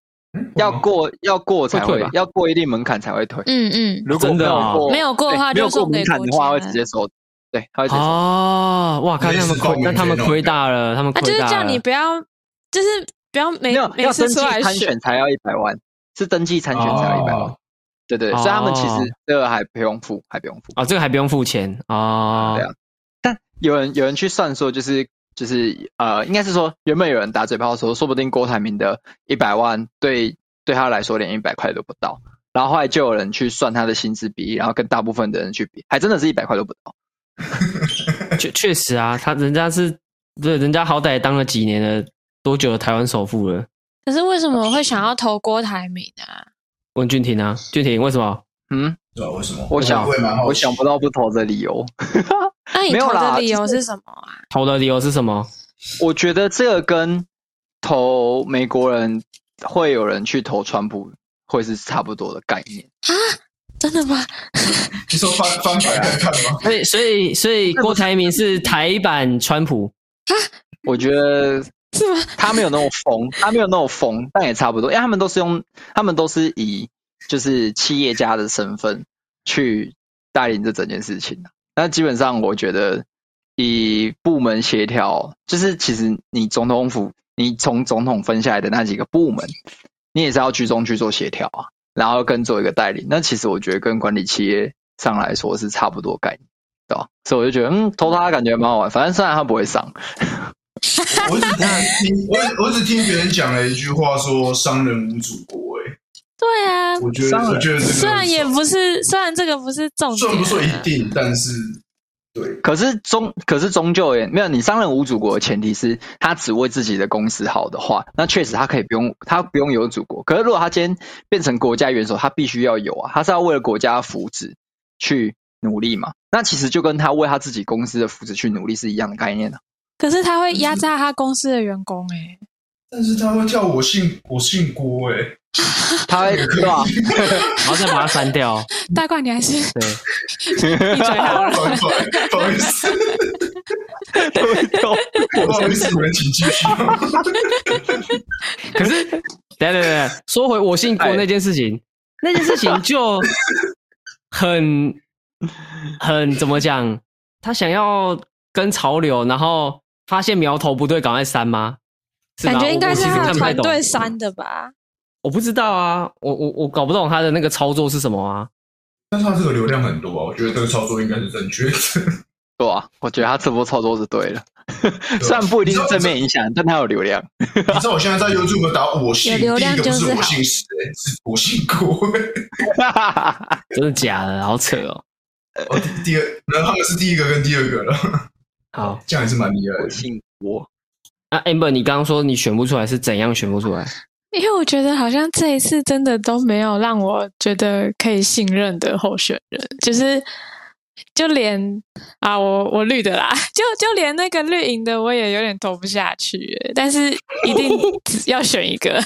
Speaker 4: 要
Speaker 5: 嗯
Speaker 4: 过要过才
Speaker 2: 会退
Speaker 4: 会
Speaker 2: 吧
Speaker 4: 要过一定门槛才会退，
Speaker 3: 嗯嗯，
Speaker 4: 如果没
Speaker 2: 真
Speaker 4: 有
Speaker 2: 的啊
Speaker 4: 过
Speaker 3: 没有过的话
Speaker 4: 对没有
Speaker 3: 就
Speaker 4: 过
Speaker 3: 送
Speaker 4: 门
Speaker 3: 给
Speaker 4: 槛
Speaker 3: 国
Speaker 4: 的话
Speaker 3: 家
Speaker 4: 会直接收，对，他会直接收。
Speaker 2: 哦，哇靠，那他们亏，那他们亏大了，他们
Speaker 3: 啊，
Speaker 2: 亏
Speaker 3: 就是
Speaker 2: 大了。
Speaker 3: 叫你不要，就是不要每
Speaker 4: 没有
Speaker 3: 每
Speaker 4: 要
Speaker 3: 次
Speaker 4: 登
Speaker 3: 出
Speaker 4: 记
Speaker 3: 来
Speaker 4: 参
Speaker 3: 选。
Speaker 4: 选才要一百万，是登记参选才要一百万
Speaker 5: 哦，
Speaker 4: 对对，对
Speaker 2: 啊
Speaker 4: 所以他们其实这个还不用付，还不用付。
Speaker 2: 哦，这个还不用付钱哦。
Speaker 4: 对啊但有人有人去算说、就是，就是呃，应该是说原本有人打嘴炮说，说不定郭台铭的一百万对对他来说连一百块都不到，然后后来就有人去算他的薪资比例，然后跟大部分的人去比，还真的是一百块都不到。
Speaker 2: 确确实啊，他人家是，对，人家好歹也当了几年了，多久的台湾首富了？
Speaker 3: 可是为什么会想要投郭台铭啊？
Speaker 2: 问俊廷啊，俊廷为什么？
Speaker 4: 嗯，
Speaker 5: 对啊，为什么？
Speaker 4: 我想
Speaker 5: 会蛮好奇
Speaker 4: 我想不到不投的理由。
Speaker 3: 那你
Speaker 4: 没有
Speaker 3: 投
Speaker 4: 啦
Speaker 3: 的理由
Speaker 4: 就是
Speaker 3: 什么啊？
Speaker 2: 投的理由是什么？
Speaker 4: 我觉得这个跟投美国人会有人去投川普会是差不多的概念。
Speaker 3: 真的吗？
Speaker 5: 你说翻翻白来看
Speaker 4: *laughs*
Speaker 5: 吗？
Speaker 2: 所以所以所以郭台铭是台版川普，
Speaker 4: 我觉得
Speaker 3: 是吗？
Speaker 4: 他没有那种疯，他没有那种疯，但也差不多，因为他们都是用，他们都是以就是企业家的身份去带领这整件事情的。那基本上，我觉得以部门协调，就是其实你总统府，你从总统分下来的那几个部门，你也是要居中去做协调啊，然后跟做一个带领。那其实我觉得跟管理企业上来说是差不多概念，对吧？所以我就觉得，嗯，投他感觉蛮好玩。反正虽然他不会上，
Speaker 5: 我只听我只我只听别人讲了一句话说“商人无祖国”哎，
Speaker 3: 对啊，
Speaker 5: 我觉得
Speaker 4: 商人
Speaker 5: 我觉 *laughs* 得这个
Speaker 3: 虽然也不是，虽然这个不是重
Speaker 5: 虽
Speaker 3: 点
Speaker 5: 然
Speaker 3: 啊，
Speaker 5: 不说一定，但是对
Speaker 4: 可是终可是终究也没有，你商人无祖国的前提是他只为自己的公司好的话，那确实他可以不用他不用有祖国。可是如果他今天变成国家元首，他必须要有啊，他是要为了国家福祉去努力嘛。那其实就跟他为他自己公司的福祉去努力是一样的概念啊。
Speaker 3: 可是他会压榨他公司的员工哎、
Speaker 5: 但是他会叫我姓我姓郭哎、
Speaker 4: 他会对吧、
Speaker 2: 然后再把它删 *laughs* 掉。
Speaker 3: 大怪你还是闭
Speaker 2: 对，
Speaker 3: 嘴好了。
Speaker 5: 反过来不好意思，
Speaker 4: *laughs*
Speaker 5: 不好意思，你们请继续。 *laughs*
Speaker 2: 可是等一下等一下等一下，说回我姓郭那件事
Speaker 3: 哎
Speaker 2: 情，那件事情就很很怎么讲？他想要跟潮流，然后发现苗头不对，赶快删吗？ *laughs* 是吧
Speaker 3: 感觉应该是
Speaker 2: 我我其实
Speaker 3: 他的
Speaker 2: 看不太
Speaker 3: 团
Speaker 2: 懂
Speaker 3: 队删的吧？
Speaker 2: 我不知道啊，我我我搞不懂他的那个操作是什么啊。
Speaker 5: 但是他这个流量很多啊，我觉得这个操作应该是正确的。
Speaker 4: 对吧、我觉得他这波操作是对的，虽然不一定是正面影响，但他有流量。
Speaker 5: 你知道我现在在 YouTube 打我姓，
Speaker 3: 有流量
Speaker 5: 第一个
Speaker 3: 就
Speaker 5: 不
Speaker 3: 是是
Speaker 5: 我
Speaker 3: 好
Speaker 5: 姓石、欸，是我姓郭、欸
Speaker 2: 真的假的？好扯哦。
Speaker 5: 哦，第第二，然后他们是第一个跟第二个了，
Speaker 2: 好，
Speaker 5: 这样也是蛮厉害
Speaker 4: 我
Speaker 5: 的。
Speaker 4: 信我。
Speaker 2: 那 Amber，你刚刚说你选不出来是怎样选不出来？
Speaker 3: 因为我觉得好像这一次真的都没有让我觉得可以信任的候选人，就是就连啊，我我绿的啦， *laughs* 就就连那个绿营的我也有点投不下去耶，但是一定只要选一个，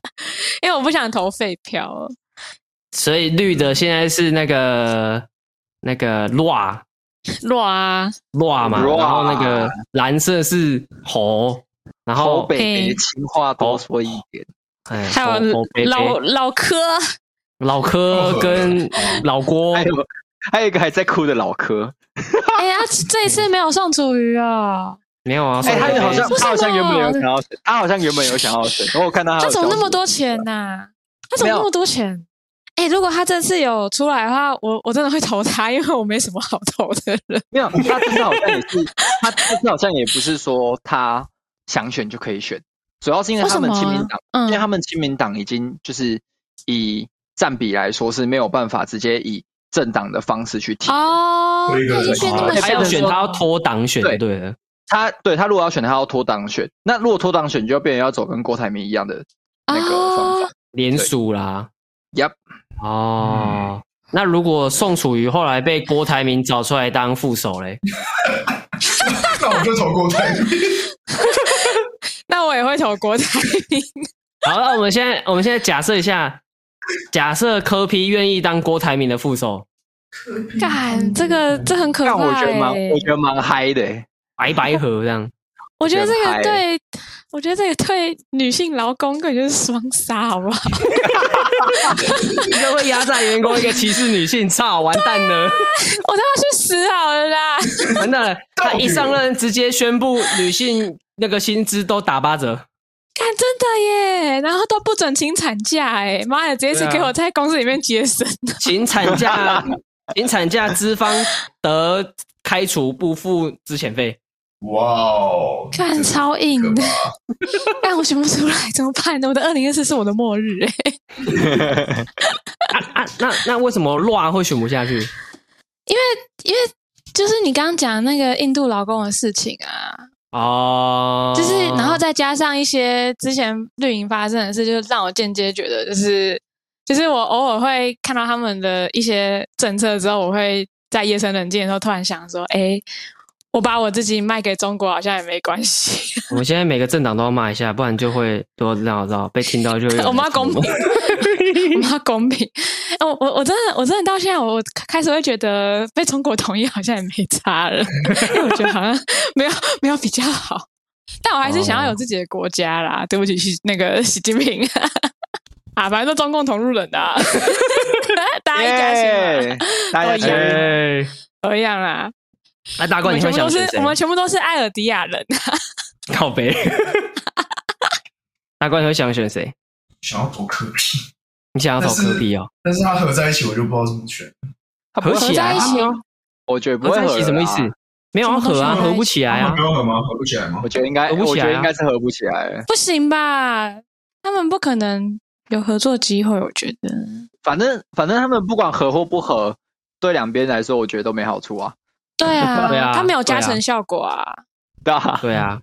Speaker 3: *laughs* 因为我不想投废票。
Speaker 2: 所以绿的现在是那个那个 Ra
Speaker 3: 若啊，
Speaker 2: Ra 嘛，
Speaker 4: Ra
Speaker 2: 然后那个蓝色是猴，然
Speaker 4: 侯
Speaker 2: 后
Speaker 4: 北
Speaker 3: 嘿
Speaker 4: 北情话多说一点，
Speaker 2: 哎
Speaker 3: 还有
Speaker 2: 猴猴北北
Speaker 3: 老老
Speaker 4: *laughs*
Speaker 3: 柯，
Speaker 2: 老柯跟老
Speaker 4: *laughs*
Speaker 2: 郭
Speaker 4: 还，有还有一个还在哭的老柯。
Speaker 3: 哎呀，这一次没有宋楚瑜啊、
Speaker 2: 没有啊？
Speaker 4: 哎、
Speaker 2: 宋
Speaker 4: 他
Speaker 2: 北
Speaker 4: 好像
Speaker 2: 北
Speaker 4: 他好像原本有想要选，他好像原本有想要选，然后我看到他
Speaker 3: 他
Speaker 4: 有
Speaker 3: 怎么
Speaker 4: 消
Speaker 3: 那
Speaker 4: 息
Speaker 3: 么多钱呐、他怎么那么多钱？哎、如果他这次有出来的话，我我真的会投他，因为我没什么好投的人。
Speaker 4: 没有，他这次好像也是， *laughs* 他这次好像也不是说他想选就可以选，主要是因为他们
Speaker 3: 为什
Speaker 4: 亲
Speaker 3: 么啊
Speaker 4: 民党， *laughs* 因为他
Speaker 3: 嗯，
Speaker 4: 们亲民党已经就是以占比来说是没有办法直接以政党的方式去提。
Speaker 3: 哦，
Speaker 5: 有一个
Speaker 3: 他已经变
Speaker 5: 人
Speaker 3: 那么
Speaker 4: 哦
Speaker 2: 他要
Speaker 3: 小
Speaker 2: 选，
Speaker 3: 众
Speaker 2: 他要脱党选，
Speaker 4: 对
Speaker 2: 对了。
Speaker 4: 他对他如果要选，他要脱党选，那如果脱党选，就要变成要走跟郭台铭一样的那个方
Speaker 3: 哦
Speaker 4: 法。，
Speaker 2: 联署啦。
Speaker 4: Yep 嗯
Speaker 2: 哦，那如果宋楚瑜后来被郭台铭找出来当副手嘞， *laughs*
Speaker 5: 那我就投郭台铭。
Speaker 3: 那我也会投国台
Speaker 4: *laughs*
Speaker 3: 铭。
Speaker 2: 好，那我们现在我们现在假设一下，假设柯 P 愿意当郭台铭的副手，
Speaker 3: 干，这个这很可
Speaker 4: 嗯但
Speaker 3: 怕、欸。
Speaker 4: 我觉得蛮，我觉得蛮嗨的、欸。
Speaker 2: 白白合这 *laughs* 样，
Speaker 3: 我觉得这
Speaker 4: 觉得很嗨
Speaker 3: 个对，我觉得这个对女性劳工感觉是双杀，好不 *laughs* 好？
Speaker 2: 一个会压榨 *laughs* 员工，一个歧视女性，操，完蛋了，
Speaker 3: 我都要去死好了啦！
Speaker 2: 完
Speaker 4: *laughs*
Speaker 2: 蛋了！他一上任直接宣布女性那个薪资都打八折， *laughs*
Speaker 3: 干，真的耶，然后都不准请产假，哎，妈的，这一次
Speaker 2: 对啊
Speaker 3: 给我在公司里面节省。
Speaker 2: *laughs* 请产假，请产假，资方得开除不付之前费。
Speaker 5: 哇哦，
Speaker 3: 看
Speaker 5: 真的
Speaker 3: 超硬
Speaker 5: 可
Speaker 2: 啊
Speaker 3: *laughs* 的，
Speaker 5: 怕
Speaker 3: 但我选不出来，怎么办呢？我的二零二四是我的末日哎、
Speaker 2: 啊啊，那那为什么 LOA 会选不下去？
Speaker 3: 因为就是你刚刚讲那个印度劳工的事情啊，
Speaker 2: 哦，
Speaker 3: 就是然后再加上一些之前绿营发生的事，就是让我间接觉得就是就是我偶尔会看到他们的一些政策之后，我会在夜深人静的时候突然想说，哎，我把我自己卖给中国好像也没关系，
Speaker 2: 我们现在每个政党都要骂一下，不然就会啊多绕绕被听到就会。
Speaker 3: *laughs* 我们要公平，我们要公平。哦，我我真的我真的到现在我我开始会觉得被中国统一好像也没差了，因为我觉得好像 *laughs* 没有没有比较好。但我还是想要有自己的国家啦。对不起，习那个 *laughs* 习近平啊，反正都中共同路人的、啊， *laughs* 大家一家亲嘛，
Speaker 4: 耶大家
Speaker 3: 我
Speaker 4: 加油
Speaker 2: 哎，
Speaker 3: 都一样啦。
Speaker 2: 那大
Speaker 3: 我
Speaker 2: 冠
Speaker 3: 们
Speaker 2: 你
Speaker 3: 全
Speaker 2: 会
Speaker 3: 部都
Speaker 2: 想
Speaker 3: 是
Speaker 2: 选谁
Speaker 3: 我？们全部都是艾尔迪亚人，
Speaker 2: 靠
Speaker 3: *laughs*
Speaker 2: 背。大冠你会想选谁？
Speaker 5: 想要躲科比，
Speaker 2: 你想要投科比哦？
Speaker 5: 但是他合在一起，我就不知道怎么选。
Speaker 4: 他不
Speaker 2: 合
Speaker 4: 会
Speaker 2: 起
Speaker 3: 合
Speaker 2: 来
Speaker 3: 在一起
Speaker 2: 啊，
Speaker 4: 我觉得不
Speaker 2: 合
Speaker 4: 会
Speaker 2: 在一
Speaker 4: 合
Speaker 2: 起什么意思
Speaker 4: 了啦？
Speaker 2: 没有要合啊，
Speaker 3: 什么东西合在一起
Speaker 2: 合不起来
Speaker 5: 他
Speaker 2: 啊
Speaker 5: 们。不要合吗？合不起来吗
Speaker 4: 我？觉得应该，
Speaker 2: 合不
Speaker 4: 我
Speaker 2: 起来
Speaker 4: 觉
Speaker 2: 啊
Speaker 4: 得应该是合不起来。
Speaker 3: 不行吧？他们不可能有合作机会，我觉得。
Speaker 4: 反正反正他们不管合或不合，对两边来说，我觉得都没好处啊。
Speaker 3: 对啊，
Speaker 2: 对啊
Speaker 3: 他没有加
Speaker 2: 对啊
Speaker 3: 成效果啊。
Speaker 4: 对啊，
Speaker 2: 对啊，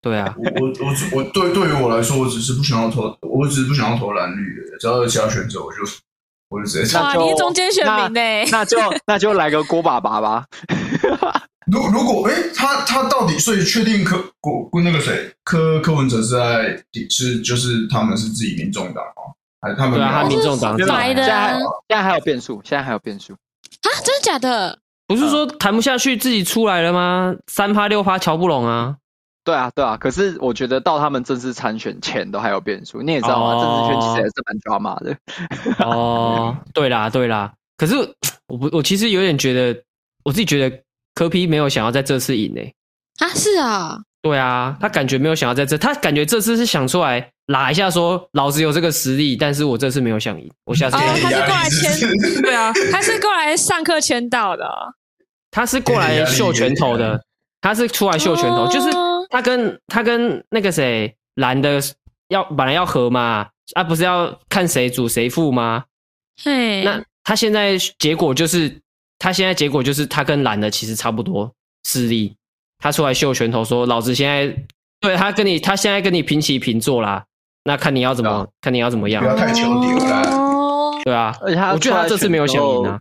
Speaker 2: 对啊，
Speaker 5: 我我我只我对对于我来说，我只是不想要投，我只是不想要投蓝绿的，只要有其他选择，我就 *laughs* 我就直接
Speaker 2: 啊
Speaker 4: 那
Speaker 5: 上。
Speaker 3: 哇，
Speaker 4: 就
Speaker 3: 你是中间选民呢、
Speaker 4: 那就那就来个郭爸爸
Speaker 2: *laughs*
Speaker 4: 吧。
Speaker 5: 如如果哎、他他到底所以确定柯郭郭那个谁柯柯文哲是在抵制，就是他们是自己民众党吗？还是他们
Speaker 2: 对啊，他
Speaker 5: 没有
Speaker 2: 民众党
Speaker 4: 就是
Speaker 2: 上来
Speaker 3: 白的
Speaker 4: 现在还
Speaker 3: 哦啊
Speaker 4: 现在还有变数，现在还有变数。
Speaker 3: 啊，真的假的？
Speaker 2: 不是说谈不下去自己出来了吗？三趴六趴瞧不拢
Speaker 3: *laughs*
Speaker 2: 啊。
Speaker 4: 对啊，对啊，可是我觉得到他们正式参选前都还有变数，你也知道
Speaker 2: 哦
Speaker 4: 啊嘛，政治圈其实也是蛮抓马的。
Speaker 2: 哦，对啦，对啦。可是我不，我其实有点觉得，我自己觉得科批没有想要在这次赢诶、
Speaker 3: 啊，是啊，
Speaker 2: 对啊，他感觉没有想要在这，他感觉这次是想出来拉一下说老子有这个实力，但是我这次没有想赢，我下次
Speaker 3: 哦他
Speaker 2: 再赢。
Speaker 3: 是过来签
Speaker 5: 压
Speaker 3: *laughs*
Speaker 5: 力是
Speaker 2: 对啊，
Speaker 3: 他是过来上课签到的哦、
Speaker 2: 他是过来秀拳头的，他是出来秀拳头，
Speaker 3: 哦
Speaker 2: 就是他跟他跟那个谁蓝的要本来要和嘛，啊不是要看谁主谁负吗？
Speaker 3: 嘿，
Speaker 2: 那他现在结果就是，他现在结果就是他跟蓝的其实差不多势力，他出来秀拳头说老子现在对他跟你他现在跟你平起平坐啦，那看你要怎么、
Speaker 4: 对啊
Speaker 2: 看你要怎么样
Speaker 5: 不，要太求敌了。
Speaker 3: 哦，
Speaker 2: 对啊，
Speaker 4: 而且他
Speaker 2: 我觉得他这次没有想赢啊，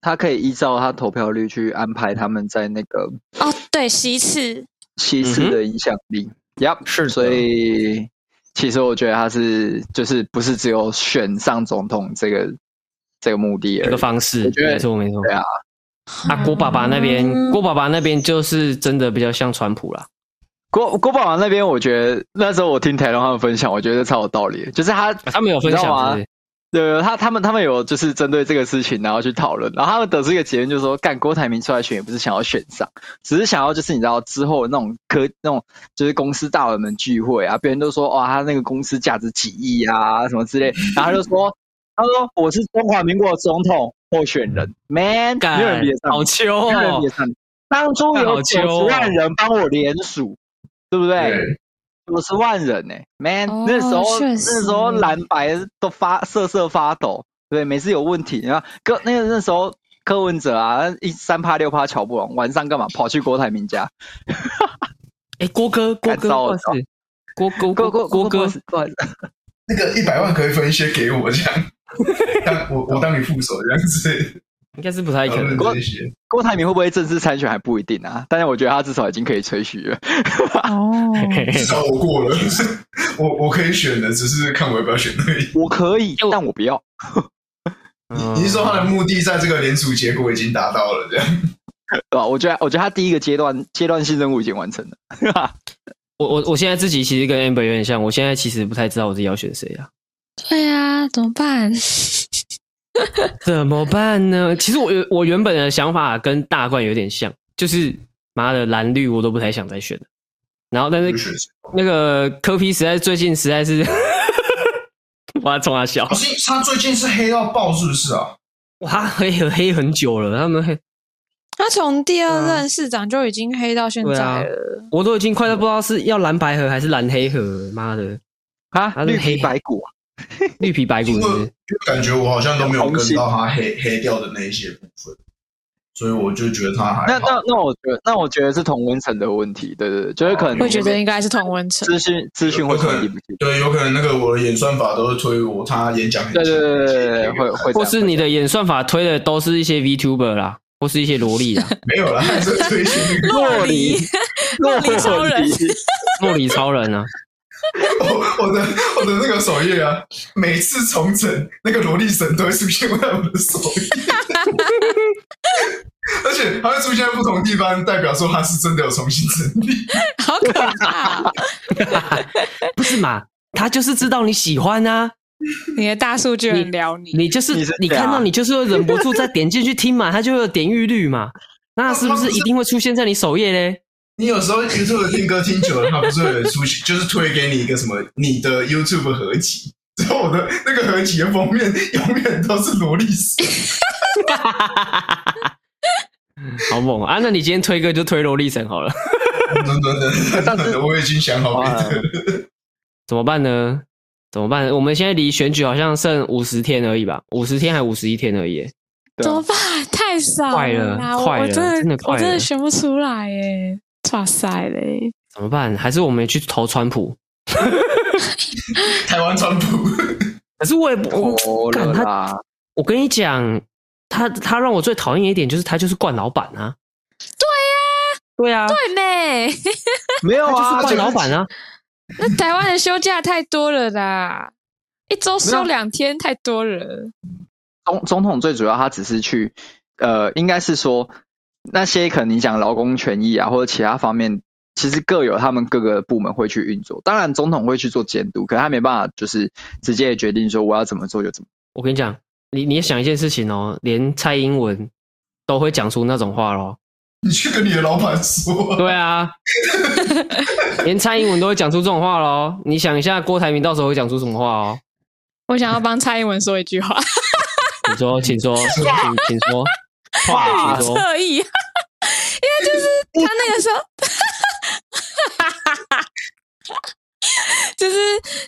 Speaker 4: 他可以依照他投票率去安排他们在那个
Speaker 3: 哦，对，其
Speaker 2: *laughs*
Speaker 3: 次，
Speaker 4: 西
Speaker 2: 嗯
Speaker 4: 式
Speaker 2: 哼
Speaker 4: 的影响力。Yep，
Speaker 2: 是的
Speaker 4: 所以其实我觉得他是就是不是只有选上总统这个这个目的
Speaker 2: 这
Speaker 4: 而
Speaker 2: 个
Speaker 4: 已。
Speaker 2: 方式
Speaker 4: 我觉得
Speaker 2: 没错没错，
Speaker 4: 对啊，
Speaker 2: 啊郭爸爸那边、
Speaker 3: 嗯
Speaker 2: 郭爸爸那边就是真的比较像川普啦，
Speaker 4: 郭郭宝王那边，我觉得那时候我听台龙他们分享，我觉得超有道理的，就是他
Speaker 2: 啊他们有分享
Speaker 4: 你知道吗
Speaker 2: 是不是
Speaker 4: 对，他他们他们有就是针对这个事情，然后去讨论，然后他们得出一个结论，就是说，干郭台铭出来选也不是想要选上，只是想要就是你知道之后那种科那种就是公司大佬们聚会啊，别人都说哇他那个公司价值几亿啊什么之类，
Speaker 2: 嗯
Speaker 4: 然后他就说他说我是中华民国总统候选人，man，没有人
Speaker 2: 干
Speaker 4: 比得上
Speaker 2: 好
Speaker 4: 你，
Speaker 2: 秋
Speaker 4: 没有人
Speaker 2: 哦
Speaker 4: 比得，上你，当初
Speaker 2: 干
Speaker 4: 有
Speaker 2: 好秋
Speaker 4: 九
Speaker 2: 哦
Speaker 4: 十万人帮我联署，对不对？
Speaker 5: 对，
Speaker 4: 九十万人呢、m a n
Speaker 3: 哦
Speaker 4: 那时候
Speaker 3: 确
Speaker 4: 那
Speaker 3: 实
Speaker 4: 时候蓝白都发瑟瑟发抖，对，每次有问题，然后柯那个那时候柯文哲啊，一三趴六趴瞧不拢，晚上干嘛跑去郭台铭家？
Speaker 2: 哎、郭哥郭
Speaker 4: 干
Speaker 2: 哥
Speaker 4: 燥
Speaker 2: 不好意思郭郭
Speaker 4: 郭
Speaker 2: 郭
Speaker 4: 郭
Speaker 2: 郭哥
Speaker 4: 不好意思不好意思
Speaker 5: 那个一百万可以分一些给我这
Speaker 4: *laughs*
Speaker 5: 样，当我我当你副手这样子，
Speaker 2: 应该是不太
Speaker 4: 哎
Speaker 2: 可
Speaker 5: 讨
Speaker 2: 能
Speaker 5: 论。这些。
Speaker 4: 郭台铭会不会正式参选还不一定啊，但是我觉得他至少已经可以吹嘘了。
Speaker 3: 哦，
Speaker 5: 至少我过了，我我可以选的，只是看我要不要选而已。
Speaker 4: 我可以
Speaker 2: 哎我，
Speaker 4: 但我不要。嗯
Speaker 5: 你是说
Speaker 2: 嗯
Speaker 5: 他的目的在这个联署结果已经达到了，这样？
Speaker 4: 对吧？我觉得我觉得他第一个阶段阶段性任务已经完成了。
Speaker 2: 我我我现在自己其实跟 Amber 有点像，我现在其实不太知道我自己要选谁啊，
Speaker 3: 对啊，怎么办？ *laughs*
Speaker 2: 怎么办呢？其实我原我原本的想法跟大冠有点像，就是妈的蓝绿我都不太想再选了然后但
Speaker 5: 就是选谁
Speaker 2: 那个科皮实在最近实在是， *laughs* 我要冲他笑
Speaker 5: 好，像他最近是黑到爆，是不是啊？
Speaker 2: 哇，他黑很黑很久了，他们黑
Speaker 3: 他从第二任市长就已经黑到现
Speaker 2: 对啊
Speaker 3: 在了，
Speaker 2: 我都已经快要不知道是要蓝白盒还是蓝黑盒了，妈的，
Speaker 4: 啊，
Speaker 2: 他是
Speaker 4: 绿
Speaker 2: 黑
Speaker 4: 皮白骨啊，
Speaker 2: 绿皮白骨是
Speaker 5: 因为
Speaker 2: 不是
Speaker 5: 因为感觉我好像都没有
Speaker 4: 红
Speaker 5: 跟
Speaker 4: 线
Speaker 5: 到他黑黑掉的那一些部分，所以我就觉得他还
Speaker 4: 那
Speaker 5: 好
Speaker 4: 那那我觉得那我觉得是同温层的问题，对对对，就是可能
Speaker 3: 会觉得应该是同温层。
Speaker 4: 资讯资讯会传递不进，
Speaker 5: 对，有可能那个我的演算法都是推我，他演讲很
Speaker 4: 对对对对对对，
Speaker 5: 强
Speaker 4: 会会这
Speaker 2: 或
Speaker 4: 样
Speaker 2: 是你的演算法推的都是一些 VTuber 啦，或是一些萝莉 *laughs* 啦，
Speaker 5: 没有啦，还是推荐那个。
Speaker 3: 洛梨，洛梨超人，
Speaker 2: 洛里超人啊，
Speaker 5: 我我的我的那个首页啊，每次重整那个萝莉神都会出现在我的首页， *laughs* 而且它会出现在不同地方，代表说它是真的有重新整理。
Speaker 3: *laughs* 好可怕哦！
Speaker 2: 不是嘛？他就是知道你喜欢啊，
Speaker 3: 你的大数据很撩你，
Speaker 2: 你就是
Speaker 4: 你是
Speaker 2: 你看
Speaker 4: 假
Speaker 2: 到你就是会忍不住再点进去听嘛，它就会有点阅率嘛，那是不是一定会出现在你首页嘞？
Speaker 5: 你有时候 YouTube 听歌听久了，它不是会出现，就是推给你一个什么你的 YouTube 合集，然后我的那个合集的封面永远都是萝莉 *laughs* 神。
Speaker 2: 好猛啊！那你今天推歌就推萝莉神好了，
Speaker 5: 等等等等等，我已经想好别的了。
Speaker 2: 怎么办呢？怎么办？我们现在离选举好像剩五十天而已吧，五十天还五十一天而已耶，
Speaker 3: 怎么
Speaker 4: 对，
Speaker 3: 办？太少
Speaker 2: 快了
Speaker 3: 啦！我
Speaker 2: 啊快了
Speaker 3: 我真
Speaker 2: 真的
Speaker 3: 的
Speaker 2: 快
Speaker 3: 我
Speaker 2: 了
Speaker 3: 真的选不出来耶，哇塞嘞！
Speaker 2: 怎么办？还是我们去投川普？
Speaker 5: 台湾川普， *laughs*
Speaker 2: 可是我也不，
Speaker 4: 脱
Speaker 2: 我干
Speaker 4: 了
Speaker 2: 他
Speaker 4: 啦，
Speaker 2: 我跟你讲，他他让我最讨厌一点就是他就是惯老板啊。对呀、对呀、
Speaker 3: 对呢， *laughs*
Speaker 4: 没有
Speaker 2: 他
Speaker 4: 啊，
Speaker 2: 就是惯老板啊。
Speaker 3: 那台湾的休假太多了啦，一周休两天太多了。
Speaker 4: 总总统最主要他只是去，呃，应该是说那些可能你讲劳工权益啊，或者其他方面，其实各有他们各个部门会去运作。当然，总统会去做监督，可他没办法就是直接决定说我要怎么做就怎么。
Speaker 2: 我跟你讲，你你也想一件事情哦，连蔡英文都会讲出那种话咯。
Speaker 5: 你去跟你的老板说、
Speaker 2: 对啊，连蔡英文都会讲出这种话咯。你想一下，郭台铭到时候会讲出什么话哦？
Speaker 3: 我想要帮蔡英文说一句话，
Speaker 2: 请说，请说，请请说，话请说。
Speaker 3: 哦特意， *laughs* 因为就是他那个时候， *laughs* 就是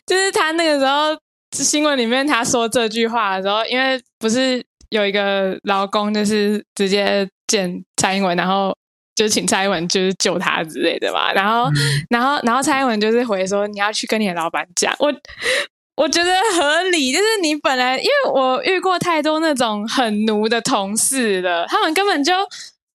Speaker 3: 就是他那个时候新闻里面他说这句话的时候，因为不是有一个劳工就是直接见蔡英文，然后。就请蔡英文就是救他之类的嘛，然后，然后，然后蔡英文就是回说你要去跟你的老板讲，我我觉得合理，就是你本来因为我遇过太多那种很奴的同事了，他们根本就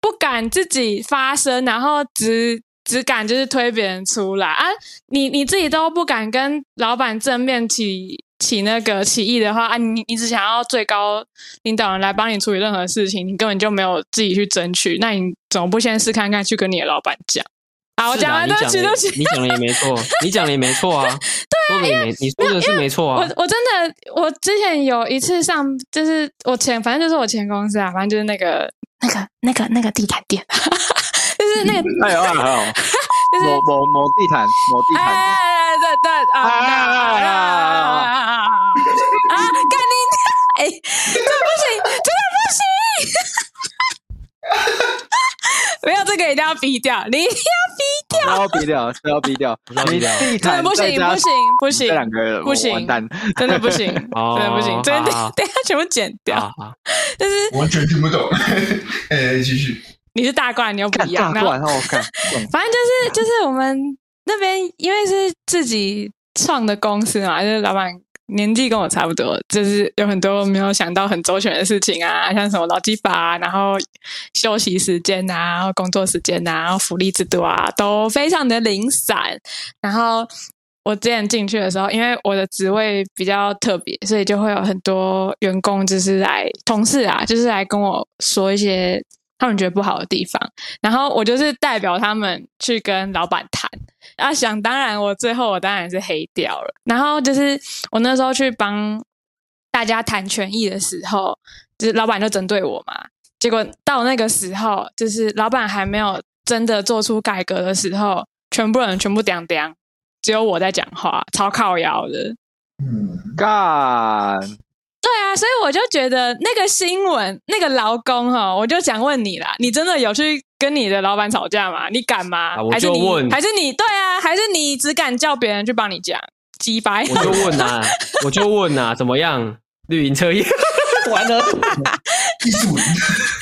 Speaker 3: 不敢自己发声，然后只只敢就是推别人出来啊！你你自己都不敢跟老板正面起起那个起义的话啊，你你只想要最高领导人来帮你处理任何事情，你根本就没有自己去争取，那你总不先试看看去跟你的老板讲？好，我
Speaker 2: 是
Speaker 3: 讲
Speaker 2: 啦
Speaker 3: 完，
Speaker 2: 你
Speaker 3: 对不
Speaker 2: 讲
Speaker 3: 起，对不起
Speaker 2: 的，你讲的也没错，你讲的也没错
Speaker 3: *laughs*
Speaker 2: 啊。对啊，说的也没，你说的是没错啊。
Speaker 3: 我我真的，我之前有一次上，就是我前，反正就是我前公司啊，反正就是那个那个那个那个地毯店，就是那个就
Speaker 4: 哎呦，哎呦，
Speaker 3: 是
Speaker 4: 某某某地毯，某地
Speaker 3: 哎哎
Speaker 4: 毯，
Speaker 3: 哎哎对对啊啊啊啊啊啊！啊，干你！哎，这不行，这个不行！没有这个一定要逼掉，你
Speaker 4: 不要逼掉，不要逼掉，
Speaker 2: 要逼
Speaker 4: 你
Speaker 2: 掉
Speaker 4: 地
Speaker 3: 真的
Speaker 4: 毯
Speaker 3: 不
Speaker 4: 再
Speaker 3: 行，
Speaker 4: 加
Speaker 3: 不行，不
Speaker 4: 这两
Speaker 3: 行，
Speaker 4: 个人
Speaker 3: 不行
Speaker 4: 完蛋，
Speaker 3: 真的不行，真
Speaker 2: 哦
Speaker 3: 的不行，真的
Speaker 2: 好好
Speaker 3: 等一下全部剪掉
Speaker 2: 啊。啊！
Speaker 5: 完全听不懂。 *laughs* 哎、继续。
Speaker 3: 你是大冠，你又不
Speaker 4: 干
Speaker 3: 一
Speaker 4: 炸
Speaker 3: 样，然后
Speaker 4: 罐，然后干，
Speaker 3: 反正就是就是我们那边因为是自己创的公司嘛，就是老板年纪跟我差不多，就是有很多没有想到很周全的事情啊，像什么劳基法、啊，然后休息时间啊，然后工作时间啊，然后福利制度啊，都非常的零散。然后我之前进去的时候，因为我的职位比较特别，所以就会有很多员工就是来同事啊，就是来跟我说一些他们觉得不好的地方。然后我就是代表他们去跟老板谈。啊，想当然，我最后我当然是黑掉了。然后就是我那时候去帮大家谈权益的时候，就是老板就针对我嘛。结果到那个时候，就是老板还没有真的做出改革的时候，全部人全部屌屌，只有我在讲话，超靠摇的。
Speaker 5: 嗯，
Speaker 4: *laughs* 干，
Speaker 3: 对啊，啊，所以我就觉得那个新闻，那个劳工哈、我就想问你啦，你真的有去跟你的老板吵架吗？你敢吗？
Speaker 2: 啊我
Speaker 3: 还是
Speaker 2: 就
Speaker 3: 你
Speaker 2: 问
Speaker 3: 还是你对啊？还是你只敢叫别人去帮你讲？鸡掰！
Speaker 2: *laughs* 我就问啊，我就问啊，怎么样？绿营车业完了，
Speaker 5: 艺术 *laughs*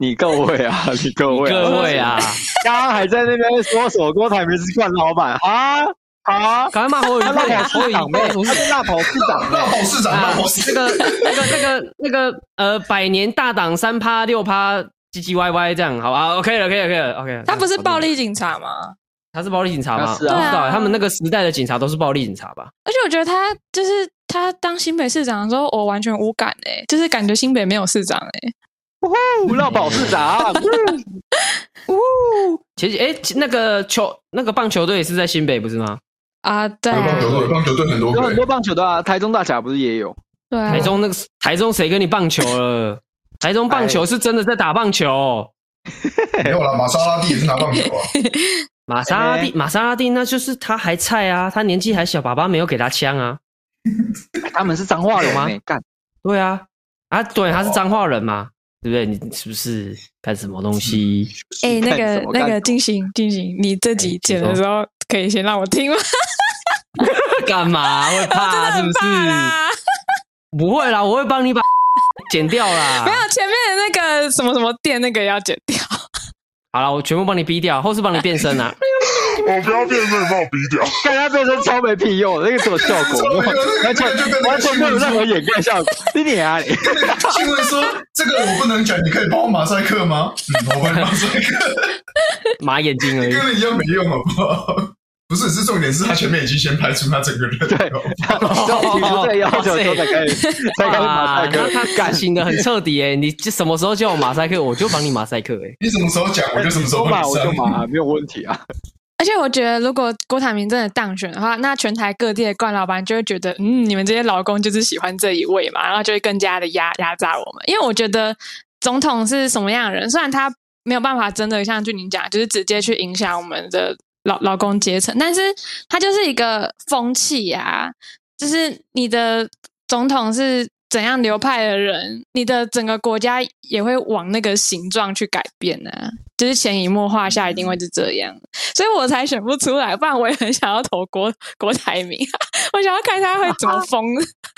Speaker 4: 你够会啊，你够会、啊，
Speaker 2: 各位
Speaker 3: *laughs*
Speaker 2: 啊，
Speaker 4: 刚刚还在那边说什么郭台铭是惯老板啊啊，
Speaker 2: 赶快骂侯友
Speaker 4: 他
Speaker 2: 谊
Speaker 4: 辣
Speaker 2: 侯友
Speaker 4: 跑市
Speaker 2: 谊
Speaker 4: 长妹，
Speaker 2: 不
Speaker 4: 他
Speaker 2: 是
Speaker 4: 是辣跑市长妹
Speaker 5: 那，好市长，那
Speaker 4: *laughs*
Speaker 2: 啊
Speaker 5: 好市，
Speaker 2: 那
Speaker 5: 长， *laughs*
Speaker 2: 个那个那个那个呃，百年大党三趴六趴。唧唧歪歪这样，好吧，OK 了，OK 了，OK 了，OK 了。
Speaker 3: *laughs* 他不是暴
Speaker 2: 力，
Speaker 3: 力警察吗？
Speaker 2: 他是暴力警察吗？
Speaker 4: 他
Speaker 2: 我不
Speaker 4: 是
Speaker 2: 知
Speaker 4: 啊
Speaker 3: 对
Speaker 2: 道欸，
Speaker 3: 啊
Speaker 2: 他们那个时代的警察都是暴力警察吧？
Speaker 3: 而且我觉得他就是他当新北市长的时候，我完全无感哎、就是感觉新北没有市长哎、
Speaker 4: 不哦辣跑市长，
Speaker 2: 其实，哎、其那个球，那个棒球队是在新北不是吗？
Speaker 3: 啊，对啊
Speaker 5: 棒球队，棒球队很多
Speaker 4: 有很
Speaker 5: 个，
Speaker 4: 多棒球的啊，台中大甲不是也有？
Speaker 3: 对啊
Speaker 2: 台，中那个台中谁跟你棒球了？台中棒
Speaker 4: 哎
Speaker 2: 球是真的在打棒球。
Speaker 5: 没有啦，玛莎拉蒂也是拿棒球啊，
Speaker 2: 玛莎拉蒂，
Speaker 4: 哎
Speaker 2: 玛莎拉蒂，那就是他还菜啊，他年纪还小，爸爸没有给他枪啊。
Speaker 4: 他们是彰化人
Speaker 2: 吗
Speaker 4: 吗？干，
Speaker 2: 对啊，啊，对，
Speaker 4: 哦
Speaker 2: 他是彰化人嘛，对不对？你是不是干什么东西？
Speaker 4: 嗯
Speaker 3: 哎、那
Speaker 4: 干什
Speaker 3: 个
Speaker 4: 么
Speaker 3: 那
Speaker 4: 干什
Speaker 3: 个
Speaker 4: 么
Speaker 3: 进行进行，你
Speaker 2: 哎
Speaker 3: 这集剪的时候可以先让我听吗？ *laughs*
Speaker 2: 干嘛会
Speaker 4: *laughs*
Speaker 3: 真的
Speaker 2: 怕？是不
Speaker 3: 很怕
Speaker 2: 是？
Speaker 3: 啦，
Speaker 2: 不会啦，我会帮你把 *laughs* 剪掉啦
Speaker 3: 没。有前面的那个什么什么店那个也要剪掉。
Speaker 2: 好了，我全部帮你逼掉，后事帮你变身
Speaker 4: *laughs*
Speaker 2: 啊。
Speaker 5: 我不要变身，把我逼掉。
Speaker 4: 干他变身超没屁用，那个只有效 *laughs* 果，完全完全没有任何掩盖效果。你脸啊你！
Speaker 5: 新闻说这个我不能讲，你可以帮我马赛克吗？嗯，我帮你马赛克，
Speaker 2: 马眼睛而已
Speaker 5: 跟。人一样没用，好不好？ *laughs* 不是，是重点是他前面已经先拍出他整个人，
Speaker 4: 对要提出这个要求之后才开始，才开始马赛
Speaker 2: 哇
Speaker 4: 克
Speaker 2: 啊那他
Speaker 4: 干
Speaker 2: 感情的很彻底哎、你这什么时候叫我马赛克，我就帮你马赛克哎、
Speaker 5: *laughs* 你什么时候讲，我就什么时候
Speaker 4: 说
Speaker 5: 帮
Speaker 4: 嘛
Speaker 5: 你
Speaker 4: 我就
Speaker 5: 上。
Speaker 4: 嘛，没有问题啊。
Speaker 3: 而且我觉得，如果郭台铭真的当选的话，那全台各地的冠老板就会觉得，嗯，你们这些老公就是喜欢这一位嘛，然后就会更加的压压榨我们。因为我觉得总统是什么样的人，虽然他没有办法真的像俊宁讲，就是直接去影响我们的老老公阶层，但是他就是一个风气啊，就是你的总统是怎样流派的人，你的整个国家也会往那个形状去改变呢、啊，就是潜移默化下一定会是这样。所以我才选不出来，不然我也很想要投郭郭台铭，我想要看他会怎么疯，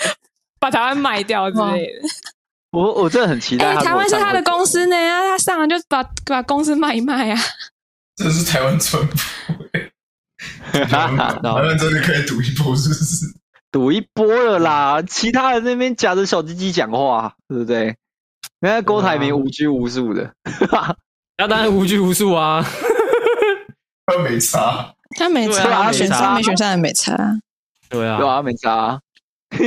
Speaker 3: *laughs* 把台湾卖掉之类的。
Speaker 4: *laughs* 我我真的很期
Speaker 3: 哎、
Speaker 4: 待他。
Speaker 3: 台湾是他的公，司呢，啊他上来就把把公司卖一卖啊！
Speaker 5: 这是台湾传播，
Speaker 4: *laughs* 啊
Speaker 5: 台湾真的可以赌一波，是不是？
Speaker 4: 赌一波了啦。其他人那边夹着小鸡鸡讲话，对不对？人家郭台铭无拘无束的，
Speaker 2: 那当然无拘无束
Speaker 4: *laughs*
Speaker 2: 啊，
Speaker 5: 他没差，
Speaker 3: 他没
Speaker 2: 差对啊他没选上差没
Speaker 3: 选上也没差。
Speaker 2: 对
Speaker 4: 对
Speaker 2: 啊，
Speaker 4: 吧？没啥啊。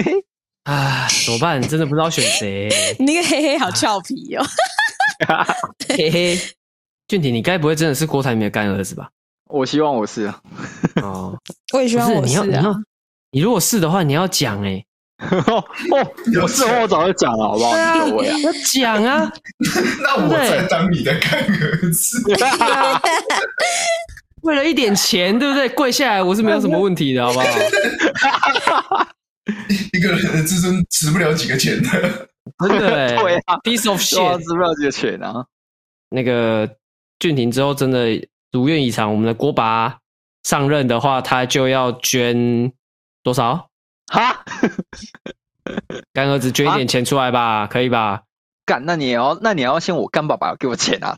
Speaker 4: *laughs*
Speaker 2: 啊，怎么办？真的不知道选谁、欸
Speaker 3: 你 *laughs* 那个黑黑好俏皮哦！
Speaker 2: 嘿嘿，
Speaker 4: *laughs*
Speaker 2: 俊廷，你该不会真的是郭台铭的干儿子吧？
Speaker 4: 我希望我是啊， *laughs*
Speaker 2: 哦，
Speaker 3: *laughs* 我也希
Speaker 2: 不
Speaker 3: 望
Speaker 2: 是，
Speaker 3: 我
Speaker 2: 你要你
Speaker 3: 啊
Speaker 2: 要，，你如果是的话，你要讲哎、
Speaker 4: 哦，我是我早就讲了，好不好？无所谓啊。
Speaker 2: 要
Speaker 3: *laughs*
Speaker 2: 讲啊，
Speaker 5: 那我在当你的干儿子，
Speaker 2: 为了一点钱，对不对？跪下来我是没有什么问题的，好不
Speaker 4: *laughs*
Speaker 2: 好？
Speaker 5: 一个人的自尊值不了几个钱的。
Speaker 2: 真的、欸，
Speaker 4: *laughs* 对啊
Speaker 2: ，piece of
Speaker 4: 希望
Speaker 2: shit。
Speaker 4: 知不了这个钱啊。
Speaker 2: 那个俊廷之后真的如愿以偿，我们的郭拔上任的话，他就要捐多少？
Speaker 4: 哈，
Speaker 2: 干儿子捐一点钱出来吧，可以吧？
Speaker 4: 干，那你也要，那你要先我干爸爸给我钱啊。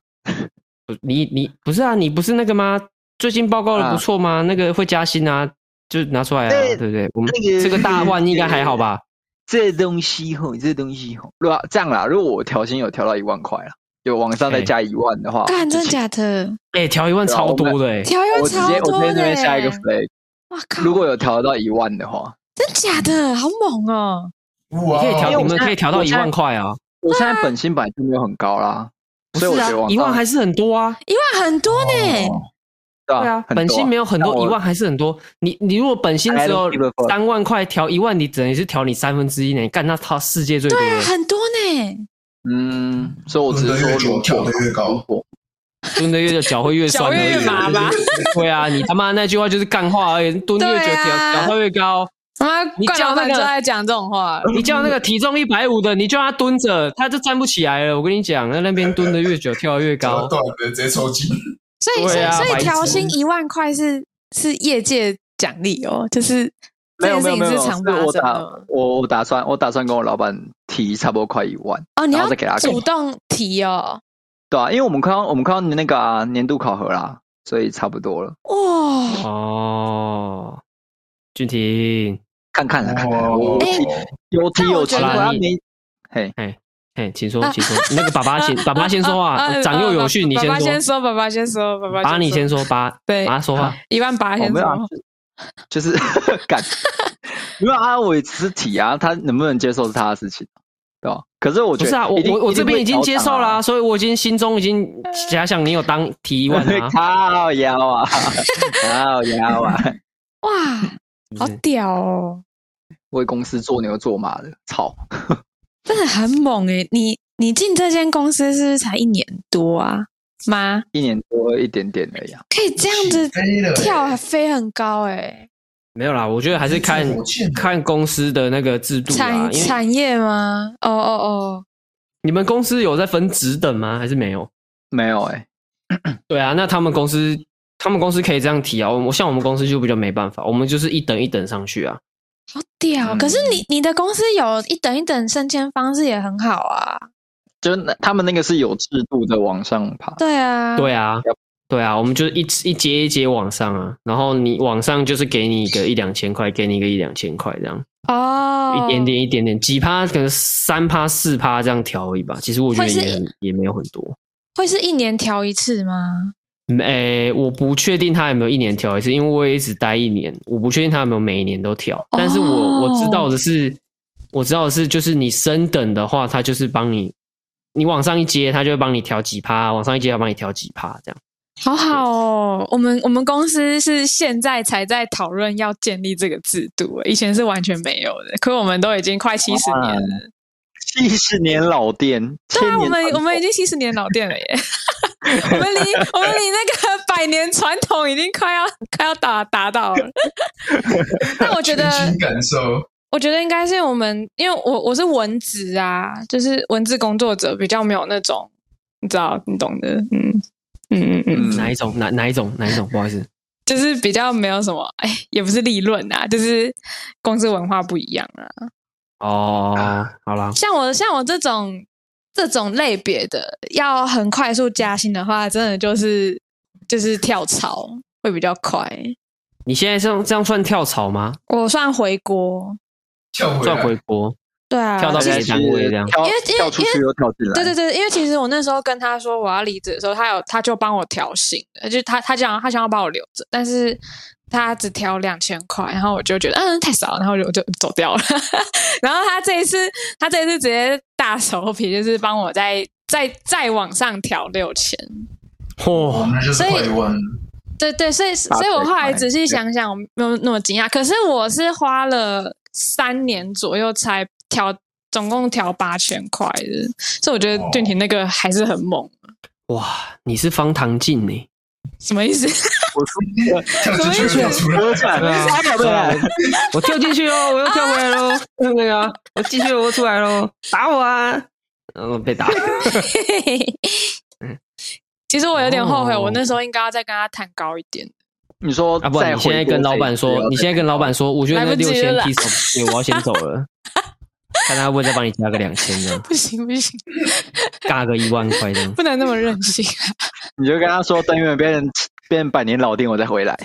Speaker 2: 不你你不是啊？你不是那个吗？最近报告的不错吗？那个会加薪啊，就拿出来啊，
Speaker 4: 对
Speaker 2: 对不对？我们
Speaker 4: 那个
Speaker 2: 这个大万应该还好吧？
Speaker 4: 这东西吼，这东西吼，对吧？这样啦，如果我调薪有调到一万块啦，就往上再加一万的话，
Speaker 3: 干真
Speaker 4: 就
Speaker 3: 的假的？
Speaker 2: 哎，调一万
Speaker 4: 对啊
Speaker 2: 超多的哎，
Speaker 3: 条约
Speaker 4: 我直
Speaker 3: 超
Speaker 4: 接我
Speaker 3: 多
Speaker 4: 直接
Speaker 3: 的
Speaker 4: 那边下一个
Speaker 3: 欸！
Speaker 4: flag，
Speaker 3: 哇靠！
Speaker 4: 如果有调到一万的话，
Speaker 3: 真假的，好猛哦！
Speaker 2: 你
Speaker 5: 哇哦
Speaker 2: 可以
Speaker 4: 因为
Speaker 2: 调，
Speaker 4: 我
Speaker 2: 你们
Speaker 4: 现在
Speaker 2: 可以调到
Speaker 4: 我
Speaker 2: 一
Speaker 4: 现在
Speaker 2: 万块啊，
Speaker 4: 我现在本薪本来就没有很高啦，
Speaker 2: 不
Speaker 4: 所以我
Speaker 2: 是啊
Speaker 4: 觉得往，上
Speaker 2: 一万还是很多啊。
Speaker 3: 一万很多呢，
Speaker 4: 哦对
Speaker 2: 对
Speaker 4: 啊
Speaker 2: 啊，，本薪没
Speaker 4: 有
Speaker 2: 有很
Speaker 4: 那
Speaker 2: 多，
Speaker 4: 我
Speaker 2: 一万还是很多。你你如果本薪只有
Speaker 4: I don't give a fuck
Speaker 2: 三万块，调一万，你等于是调你三分之一呢。你干，那他世界最多
Speaker 3: 对啊，
Speaker 2: 了，
Speaker 3: 很多呢。
Speaker 4: 嗯，所以我只
Speaker 5: 蹲
Speaker 4: 是
Speaker 5: 的
Speaker 4: 说
Speaker 5: 越
Speaker 4: 如
Speaker 5: 久，
Speaker 4: 果
Speaker 5: 跳的越高。
Speaker 4: 我
Speaker 2: 蹲的越久脚会越酸而
Speaker 5: 啊
Speaker 3: 脚
Speaker 2: 已。啊
Speaker 3: 越麻吧？
Speaker 2: 对啊，你他妈那句话就是干话而已，蹲越久
Speaker 3: 对
Speaker 2: 脚
Speaker 3: 啊
Speaker 2: 脚会越高。
Speaker 3: 他妈
Speaker 2: 你
Speaker 3: 冠
Speaker 2: 叫
Speaker 3: 老板
Speaker 2: 那
Speaker 3: 就
Speaker 2: 个
Speaker 3: 在讲这种话
Speaker 4: *laughs*
Speaker 3: 了，
Speaker 2: 你叫那个体重一百五的，你叫他蹲着，他就站不起来了。我跟你讲，在那边蹲的越久，跳得越
Speaker 5: 搞
Speaker 4: *laughs*
Speaker 2: 高。
Speaker 5: 断的直接抽筋。
Speaker 3: 所以所
Speaker 2: 对
Speaker 3: 以
Speaker 2: 啊
Speaker 3: 所以
Speaker 2: 白痴
Speaker 3: 调薪一万块是是业界奖励哦，就是这
Speaker 4: 没有
Speaker 3: 件
Speaker 4: 没
Speaker 3: 事
Speaker 4: 有
Speaker 3: 情是
Speaker 4: 没有，
Speaker 3: 常发
Speaker 4: 是我
Speaker 3: 生
Speaker 4: 打
Speaker 3: 的
Speaker 4: 我我打算我打算跟我老板提差不多快一万，
Speaker 3: 哦，你
Speaker 4: 然
Speaker 3: 要
Speaker 4: 后再给他
Speaker 3: 主
Speaker 4: 看
Speaker 3: 动提哦，
Speaker 4: 对啊，因为我们快要我们快要那个啊年度考核啦，所以差不多了，
Speaker 3: 哇，
Speaker 2: 哦，俊廷，
Speaker 4: 看看啦看看啦，我我
Speaker 5: 哦
Speaker 4: 提有提
Speaker 3: 但我
Speaker 4: 有提，
Speaker 3: 觉
Speaker 4: 我
Speaker 2: 得
Speaker 4: 要没嘿，
Speaker 2: 哎，请
Speaker 4: *laughs*
Speaker 2: 说，请说。那个爸爸请，爸爸先说
Speaker 3: 啊
Speaker 4: 哎
Speaker 3: 啊
Speaker 2: 话，
Speaker 3: 啊
Speaker 2: 长幼有序，你
Speaker 3: 爸爸
Speaker 2: 先
Speaker 3: 先说，
Speaker 2: 说。
Speaker 3: 爸爸先说，爸爸
Speaker 2: 爸，你先说，爸，
Speaker 4: 哎
Speaker 3: 对
Speaker 2: 爸说话。
Speaker 3: 一万八
Speaker 4: 我
Speaker 3: 先
Speaker 4: 没有啊
Speaker 3: 说，，
Speaker 4: 就是 *laughs* 干，没有啊，我只是提啊，他能不能接受是他的事情，对吧？可是我
Speaker 2: 不
Speaker 4: 觉得
Speaker 2: 是啊，我
Speaker 4: 一定
Speaker 2: 我我
Speaker 4: 一定
Speaker 2: 这边
Speaker 4: 会
Speaker 2: 已经
Speaker 4: 调
Speaker 2: 接
Speaker 4: 档
Speaker 2: 受啦、
Speaker 4: 啊，，
Speaker 2: 所以我已经心中已经假想你有当提问啊
Speaker 4: *laughs* 靠腰啊，靠腰啊， *laughs*
Speaker 3: 哇，
Speaker 2: 是不
Speaker 3: 好
Speaker 2: 是
Speaker 3: 屌哦，
Speaker 4: 为公司做牛做马的，操！
Speaker 3: 真的很猛诶！你你进这间公司是不是才一年多啊？妈，
Speaker 4: 一年多一点点而已、啊。
Speaker 3: 可以这样子跳还飞很高欸诶，
Speaker 2: 没有啦，我觉得还是
Speaker 4: *laughs*
Speaker 2: 看
Speaker 5: 火箭啊
Speaker 2: 看公司的那个制度啦，
Speaker 3: 产
Speaker 2: 啊因为
Speaker 3: 产业吗？哦哦哦，
Speaker 2: 你们公司有在分职等吗？还是没有？
Speaker 4: 没有哎、
Speaker 2: 对啊，那他们公司他们公司可以这样提啊，我我像我们公司就比较没办法，我们就是一等一等上去啊。
Speaker 3: 好屌！
Speaker 5: 嗯
Speaker 3: 可是你你的公司有一等一等升迁方式也很好啊，
Speaker 4: 就是那他们那个是有制度的往上爬，
Speaker 3: 对啊，
Speaker 2: 对啊，对啊，我们就是一一阶一阶往上啊，然后你往上就是给你一个一两千块，给你一个一两千块这样。
Speaker 3: 哦，
Speaker 2: 一点点一点点，几趴可能三趴四趴这样调而已吧。其实我觉得
Speaker 3: 会是
Speaker 2: 也很也没有很多。
Speaker 3: 会是一年调一次吗？
Speaker 2: 嗯诶、我不确定他有没有一年调一次，因为我也只待一年，我不确定他有没有每一年都调。但是我、我知道的是，我知道的是，就是你升等的话，他就是帮你，你往上一阶，他就会帮你调几趴，往上一阶要帮你调几趴这样。
Speaker 3: 好好哦，我们我们公司是现在才在讨论要建立这个制度，以前是完全没有的。可我们都已经快七十年了，
Speaker 4: 七十年老店，
Speaker 3: 对啊，
Speaker 4: 千
Speaker 3: 我
Speaker 4: 年
Speaker 3: 们
Speaker 4: 传
Speaker 3: 我们已
Speaker 4: 统
Speaker 3: 经七十年老店了耶，我们离我们离那个百年传统已经快要快要达达到了。那我觉得
Speaker 5: 全新感受，
Speaker 3: 我觉得应该是我们，因为我我是文职啊，就是文字工作者，比较没有那种，你知道，你懂的，嗯嗯嗯嗯，
Speaker 4: 嗯
Speaker 2: 哪一种？哪哪一种？哪一种？不好意思，
Speaker 3: 就是比较没有什么，哎，也不是立论啊，就是公司文化不一样啊。
Speaker 2: 哦，好啦，
Speaker 3: 像我像我这种这种类别的，要很快速加薪的话，真的就是就是跳槽会比较快。
Speaker 2: 你现在这样这样算跳槽吗？
Speaker 3: 我算回国，
Speaker 5: 跳回
Speaker 2: 算
Speaker 5: 来
Speaker 2: 回国？
Speaker 3: 对啊，
Speaker 2: 跳到
Speaker 3: 就是
Speaker 2: 别的单位这样
Speaker 4: 跳
Speaker 3: 因为因为
Speaker 4: 跳出去又跳进来，
Speaker 3: 对对对，因为其实我那时候跟他说我要离职的时候，他有他就帮我调薪，就是他他讲他想要把我留着，但是他只调两千块，然后我就觉得嗯太少了，然后我就我就走掉了。 *laughs* 然后他这一次他这一次直接大手笔，就是帮我再再再往上调六千。
Speaker 5: 我
Speaker 2: 嚯、
Speaker 5: 们就是回温，
Speaker 3: 对对，所以
Speaker 4: 八
Speaker 3: 所以我
Speaker 4: 百
Speaker 3: 后来
Speaker 4: 块
Speaker 3: 仔细想想，我没有那么惊讶。可是我是花了三年左右才调，总共调八千块的，所以我觉得
Speaker 5: 哦
Speaker 3: 俊廷那个还是很猛。
Speaker 2: 哇，你是方唐镜呢、
Speaker 3: 什么意
Speaker 2: *laughs*
Speaker 3: 思？
Speaker 4: 我出
Speaker 5: 跳出去又跳出来，
Speaker 4: 我讲
Speaker 2: 对啊
Speaker 4: 啥可不
Speaker 2: 对啊
Speaker 4: 能？
Speaker 2: 我跳进去哦，我又跳回来喽，那个啊我进去了，我出来喽，打我啊！嗯，被打。
Speaker 3: 嘿嘿嘿其实我有点后悔，
Speaker 2: 嗯哦
Speaker 3: 我那时候应该要再跟他谈高一点。
Speaker 4: 你说
Speaker 2: 啊，不然
Speaker 4: 再
Speaker 2: 你现在
Speaker 4: 回国
Speaker 2: 跟老板
Speaker 4: 谁
Speaker 2: 说，
Speaker 4: 知道
Speaker 2: 你现在跟老板说，我觉得那
Speaker 3: 来不
Speaker 2: 六
Speaker 3: 及
Speaker 2: 千
Speaker 3: 了
Speaker 2: P 手，对，我要先走了。看他会不会再帮你加个两千这
Speaker 3: *laughs* *laughs*
Speaker 2: 样，
Speaker 3: 不行不行，
Speaker 2: 尬个一万块这样。
Speaker 3: 不能那么任
Speaker 2: *laughs*
Speaker 3: 性。
Speaker 4: 你就跟他说，等你们变成变成百年老店，我再回来。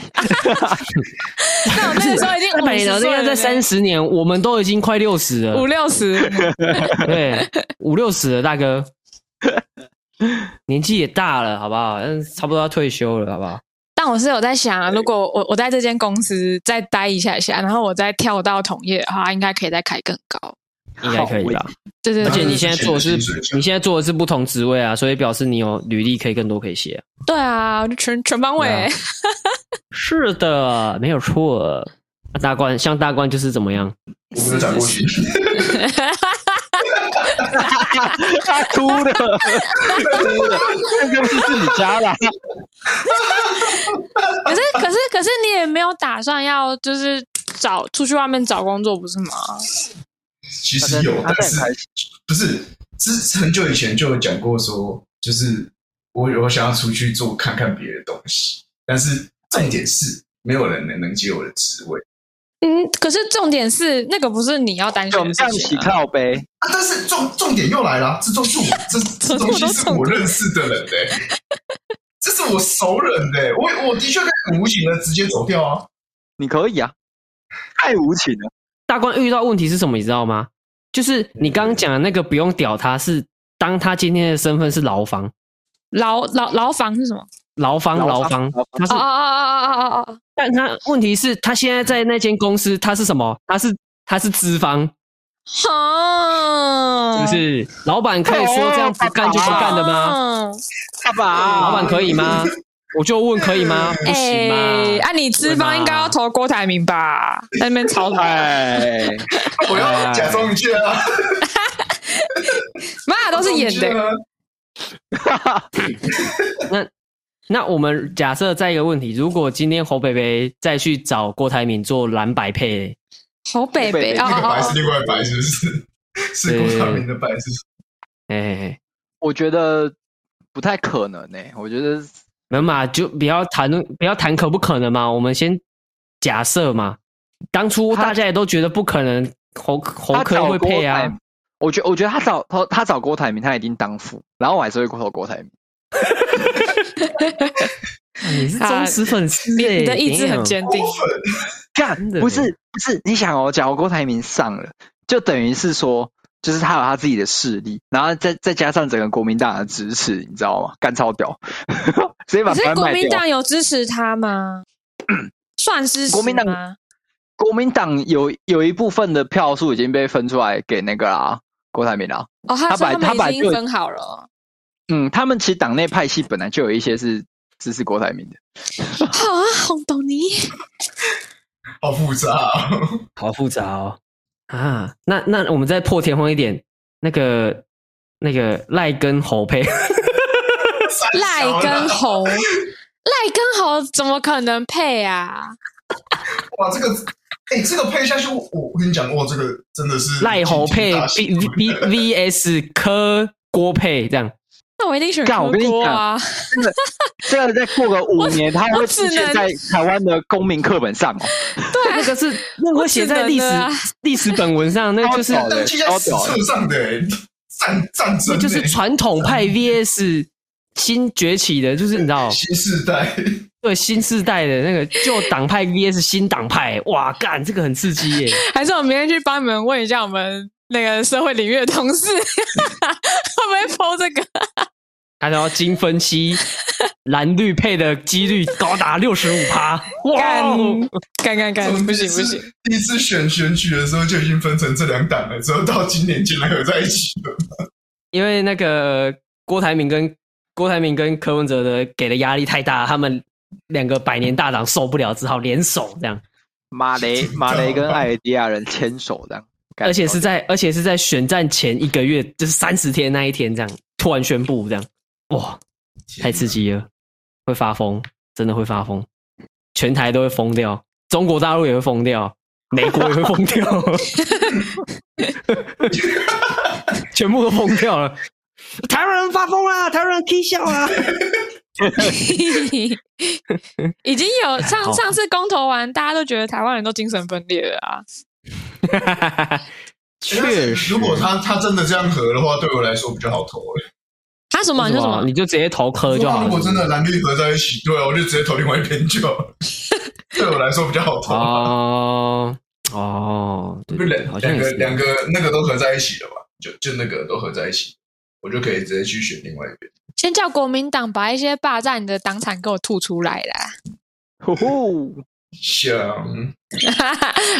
Speaker 3: 那我那个时候已经
Speaker 2: 哎那百年老
Speaker 3: 50岁
Speaker 2: 店要
Speaker 3: 了
Speaker 2: 在三十年，我们都已经快六十
Speaker 3: 欸五
Speaker 2: 了，
Speaker 3: 六十，
Speaker 2: 对，五六十了，大哥，年纪也大了，好不好？嗯，差不多要退休了，好不好？
Speaker 3: 但我是有在想啊，如果我我在这间公司再待一下下，然后我再跳到同业的话，应该可以再开更高。
Speaker 2: 应该可以吧？
Speaker 3: 对对
Speaker 2: 而且
Speaker 3: 对
Speaker 2: 你现在做的是
Speaker 5: 薪水，
Speaker 2: 你现在做的是不同职位啊，所以表示你有履历可以更多可以写啊、
Speaker 3: 对啊，我就全全方位、*laughs*
Speaker 2: 对啊是的，没有错。那大冠像大冠就是怎么样？
Speaker 5: 我没有讲过去，
Speaker 4: 他哭的，哭的，那个是自己家的啊，
Speaker 3: 可是可是可是你也没有打算要就是找出去外面找工作，不是吗？
Speaker 5: 其实有，
Speaker 4: 他在
Speaker 5: 但是
Speaker 4: 台
Speaker 5: 不是？之很久以前就有讲过说，就是我我想要出去做看看别的东西，但是重点是没有人能能接我的职位
Speaker 3: 嗯，可是重点是那个不是你要担
Speaker 4: 我
Speaker 3: 心
Speaker 4: 们
Speaker 3: 的
Speaker 4: 这样
Speaker 3: 事
Speaker 4: 一起
Speaker 3: 情、啊。
Speaker 4: 靠呗。
Speaker 5: 啊！但是重重点又来了，这都是我
Speaker 3: *laughs*
Speaker 5: 这这东西是我认识的人的、这是我熟人的、我我的确可以很无情的直接走掉啊！
Speaker 4: 你可以啊，太无情了。
Speaker 2: 大官遇到问题是什么，你知道吗？就是你刚刚讲的那个不用屌他，是当他今天的身份是劳方，
Speaker 3: 牢牢牢房是什么？
Speaker 2: 劳方，
Speaker 4: 劳
Speaker 2: 劳
Speaker 4: 方
Speaker 2: 方
Speaker 4: 劳，
Speaker 2: 他是
Speaker 3: 哦哦哦哦哦哦哦！
Speaker 2: 但他问题是，他现在在那间公司，他是什么？他是他是资方，是
Speaker 3: 哈，嗯
Speaker 2: 不是？老板可以说这样不干就不干的吗？
Speaker 3: 吗？
Speaker 4: 爸爸，
Speaker 2: 老板可以
Speaker 3: *laughs*
Speaker 2: 吗？我就问可以吗？不行
Speaker 3: 哦哎，
Speaker 2: 吗？
Speaker 3: 啊，你资方应该要投郭台铭吧？在那边吵他，
Speaker 4: 哎，
Speaker 5: 啊我要假装一切啊，
Speaker 3: 妈都是演
Speaker 5: 假装一切
Speaker 3: 的。
Speaker 5: 啊
Speaker 2: 那我们假设再一个问题，如果今天侯北北再去找郭台铭做蓝白配，
Speaker 3: 侯北北
Speaker 4: 北
Speaker 3: 哦
Speaker 5: 那个白
Speaker 3: 哦
Speaker 5: 是啊另外白，是不是？是郭台铭的白，是
Speaker 2: 哎，
Speaker 4: 我觉得不太可能呢、我觉得
Speaker 2: 没嘛，就不要谈论，不要谈可不可能嘛，我们先假设嘛。当初
Speaker 4: 他
Speaker 2: 大家也都觉得不可能，侯侯
Speaker 4: 他
Speaker 2: 科
Speaker 4: 找
Speaker 2: 会
Speaker 4: 郭
Speaker 2: 配
Speaker 4: 台
Speaker 2: 啊
Speaker 4: 铭。，我觉我觉得他找他他找郭台铭，他一定当副，然后我还是会投郭台铭。
Speaker 2: 你是忠实粉丝、
Speaker 3: 你
Speaker 2: 欸，
Speaker 3: 你的意志很
Speaker 2: damn
Speaker 3: 坚定
Speaker 5: 郭。粉
Speaker 4: 干
Speaker 2: 真的
Speaker 4: 不是不是，你想哦，假如郭台铭上了，就等于是说，就是他有他自己的势力，然后再再加上整个国民党的支持，你知道吗？干超屌， *laughs* 直接把
Speaker 3: 可是
Speaker 4: 台湾
Speaker 3: 国
Speaker 4: 卖
Speaker 3: 民
Speaker 4: 掉。
Speaker 3: 党有支持他吗？算支持
Speaker 4: 国民党
Speaker 3: 吗？
Speaker 4: 国民党有有一部分的票数已经被分出来给那个啦，郭台铭啦。
Speaker 3: 哦，他
Speaker 4: 他
Speaker 3: 说
Speaker 4: 本来
Speaker 3: 他
Speaker 4: 他本
Speaker 3: 们
Speaker 4: 来
Speaker 3: 已经
Speaker 4: 就
Speaker 3: 分好了。
Speaker 4: 嗯，他们其实党内派系本来就有一些是支持郭台铭的。
Speaker 3: 好啊，红豆
Speaker 4: *laughs*
Speaker 3: 泥。
Speaker 5: 好复杂哦，
Speaker 2: 好复杂哦啊！那那我们再破天荒一点，那个那个赖跟侯 *laughs* 配，
Speaker 3: *laughs*
Speaker 5: *laughs*
Speaker 3: 赖跟猴，赖跟猴怎么可能配啊？
Speaker 5: 哇，这个哎、这个配下去，我我跟你讲，哇，这个真的是
Speaker 2: 赖侯配
Speaker 5: 大
Speaker 2: V
Speaker 5: 新闻
Speaker 2: V V S 柯郭配这样，
Speaker 3: 那我一定选
Speaker 4: 干
Speaker 3: 柯
Speaker 4: 我跟你
Speaker 3: 郭啊！
Speaker 4: 这个再过个五年，它
Speaker 3: 我
Speaker 4: 会
Speaker 3: 只
Speaker 4: 出现
Speaker 3: 能
Speaker 4: 在台湾的公民课
Speaker 2: *laughs*
Speaker 4: 本上哦。
Speaker 2: 那个是那个会写
Speaker 3: *laughs*
Speaker 2: 在历史
Speaker 3: 我只能啊
Speaker 2: 历史本文上，那个就是
Speaker 4: 超屌
Speaker 5: 登记在史册上的、哎战战争、
Speaker 2: 那
Speaker 5: 哎
Speaker 2: 就是传统派 V S 新崛起的，就是你知道
Speaker 5: 新时代，
Speaker 2: 对新世代的那个旧党派 V S 新党派，哇干，这个很刺激耶！
Speaker 3: 还是我明天去帮你们问一下我们那个社会领域的同事， *laughs* 会不会剖这个？
Speaker 2: 他要经啊分析，蓝绿配的几率高达六十五趴，哇
Speaker 3: 干
Speaker 2: 哦！
Speaker 3: 干干干，不行不
Speaker 5: 这
Speaker 3: 行！
Speaker 5: 是第一次选选举的时候就已经分成这两党了，之后到今年竟然合在一起了，
Speaker 2: 因为那个郭台铭跟郭台铭跟柯文哲的给的压力太大，他们两个百年大党受不了，只好联手这样，
Speaker 4: 马雷马雷跟艾尔迪亚人牵手这样，感
Speaker 2: 而且是
Speaker 4: 觉
Speaker 2: 在而且是在选战前一个月，就是三十天那一天这样突然宣布这样，哇，太刺激了，会发疯，真的会发疯，全台都会疯掉，中国大陆也会疯掉，美国也会疯
Speaker 5: *laughs*
Speaker 2: 掉，全部都疯掉
Speaker 5: *laughs*
Speaker 2: 了。台湾人发疯
Speaker 5: 啊
Speaker 2: 啦，台湾人 K 笑啦。
Speaker 3: *laughs* 已经有
Speaker 2: 好
Speaker 3: 上上次公投完，大家都觉得台湾人都精神分裂了啊！
Speaker 2: *laughs* 确实，
Speaker 5: 哎如果他他真的这样合的话，对我来说比较好投、哎
Speaker 3: 他什么
Speaker 2: 为
Speaker 3: 你
Speaker 2: 什
Speaker 3: 说什
Speaker 2: 么啊
Speaker 3: 么
Speaker 2: 你？就直接投科就好
Speaker 5: 如果真
Speaker 2: 了。
Speaker 5: 的蓝绿合在一起，对啊，我就直接投另外一边就好了，对我来说比较好
Speaker 2: *laughs*
Speaker 5: 投。
Speaker 2: 哦哦，对
Speaker 5: 不是
Speaker 2: 对，
Speaker 5: 两
Speaker 2: 啊好像
Speaker 5: 两
Speaker 2: 也
Speaker 5: 个
Speaker 2: 是
Speaker 5: 两个那个都合在一起了吧？就就那个都合在一起，我就可以直接去选另外一边。
Speaker 3: 先叫国民党把一些霸占你的党产给我吐出来啦！ *laughs*
Speaker 4: 呼呼，
Speaker 5: 像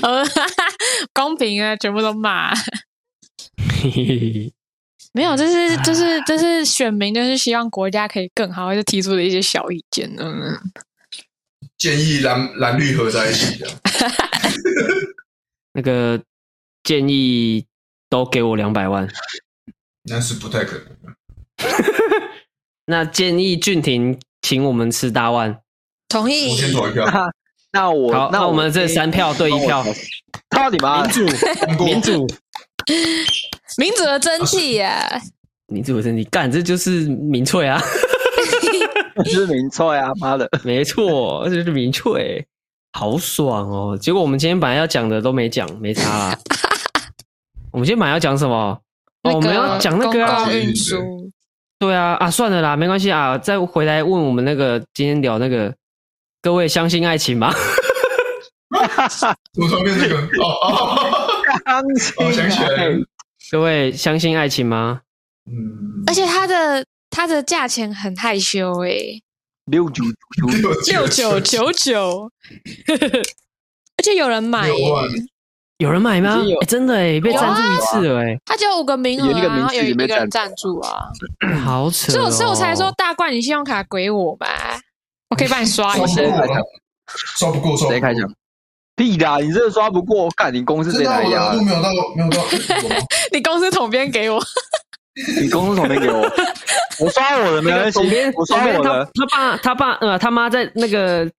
Speaker 3: 呃，公平啊，全部都骂。
Speaker 2: 嘿嘿嘿
Speaker 3: 没有，这是这是这是选民，就是希望国家可以更好，就提出的一些小意见。嗯，
Speaker 5: 建议蓝蓝绿合在一起的，
Speaker 2: *laughs* 那个建议都给我两百万。
Speaker 5: 那是不太可能。
Speaker 2: 那建议俊廷请我们吃大碗，
Speaker 3: 同
Speaker 5: 我先投一票，
Speaker 4: 那 *laughs* 那我
Speaker 2: 好，那
Speaker 4: 我
Speaker 2: 我们这三票对一票，
Speaker 4: 到底吗？
Speaker 2: 主，
Speaker 4: *laughs*
Speaker 5: 通过
Speaker 2: 民主，
Speaker 3: 民主的真谛耶、
Speaker 2: 民主真理，干，这就是民粹啊，
Speaker 4: 就是民错呀，啊妈的！
Speaker 2: 没错， *laughs* 这就是民粹，好爽哦！结果我们今天本来要讲的都没讲，没差啦。我们今天本来要讲什么？哦，我们要讲那个
Speaker 3: 公
Speaker 2: 啊
Speaker 3: 共，运输，
Speaker 2: 对啊，啊，算了啦，没关系啊，再回来问我们那个今天聊那个，各位相信爱情吗？ *laughs*
Speaker 5: 怎么突然变这个？哦哦，我想起
Speaker 4: *laughs*
Speaker 5: 来
Speaker 4: 哎
Speaker 5: 了，
Speaker 2: 各位相信爱情吗？
Speaker 5: 嗯，
Speaker 3: 而且他的他的价钱很害羞哎、
Speaker 4: 六九九九，
Speaker 3: 六九九九， *laughs* 而且有人买耶、
Speaker 5: 六万
Speaker 2: 有人买吗
Speaker 4: 已经有？
Speaker 2: 欸真的哎、被
Speaker 3: 有啊
Speaker 2: 赞助一次了哎、
Speaker 3: 他只有五个名额、
Speaker 4: 有一个
Speaker 3: 啊，
Speaker 4: 名字
Speaker 3: 然后有一
Speaker 4: 里面
Speaker 3: 个人
Speaker 4: 赞
Speaker 3: 赞助啊，
Speaker 2: 好扯、哦！
Speaker 3: 所以我所以我才说大冠，你信用卡给我吧，我可以帮你刷一下
Speaker 5: 刷。
Speaker 4: 哦
Speaker 5: 不过，刷不过，刷
Speaker 4: 谁
Speaker 5: 不
Speaker 4: 开
Speaker 5: 过
Speaker 4: 枪？。屁啦！你这个刷不过，干你公司
Speaker 5: 真
Speaker 4: 谁
Speaker 5: 的啊，
Speaker 4: 来
Speaker 5: 我
Speaker 4: 压
Speaker 5: 的？度没有到，没有到，
Speaker 3: 你公司统编
Speaker 2: *laughs*
Speaker 3: 给我，
Speaker 4: 你公司总编给
Speaker 5: *laughs*
Speaker 4: 我，我刷我的没
Speaker 2: 那 *laughs*
Speaker 4: 关
Speaker 2: 个
Speaker 4: 系
Speaker 2: 总编，，
Speaker 4: 我
Speaker 2: 总
Speaker 4: 刷
Speaker 2: 编
Speaker 4: 我
Speaker 2: 他
Speaker 4: 的。
Speaker 2: 他爸哦他爸呃他妈在那个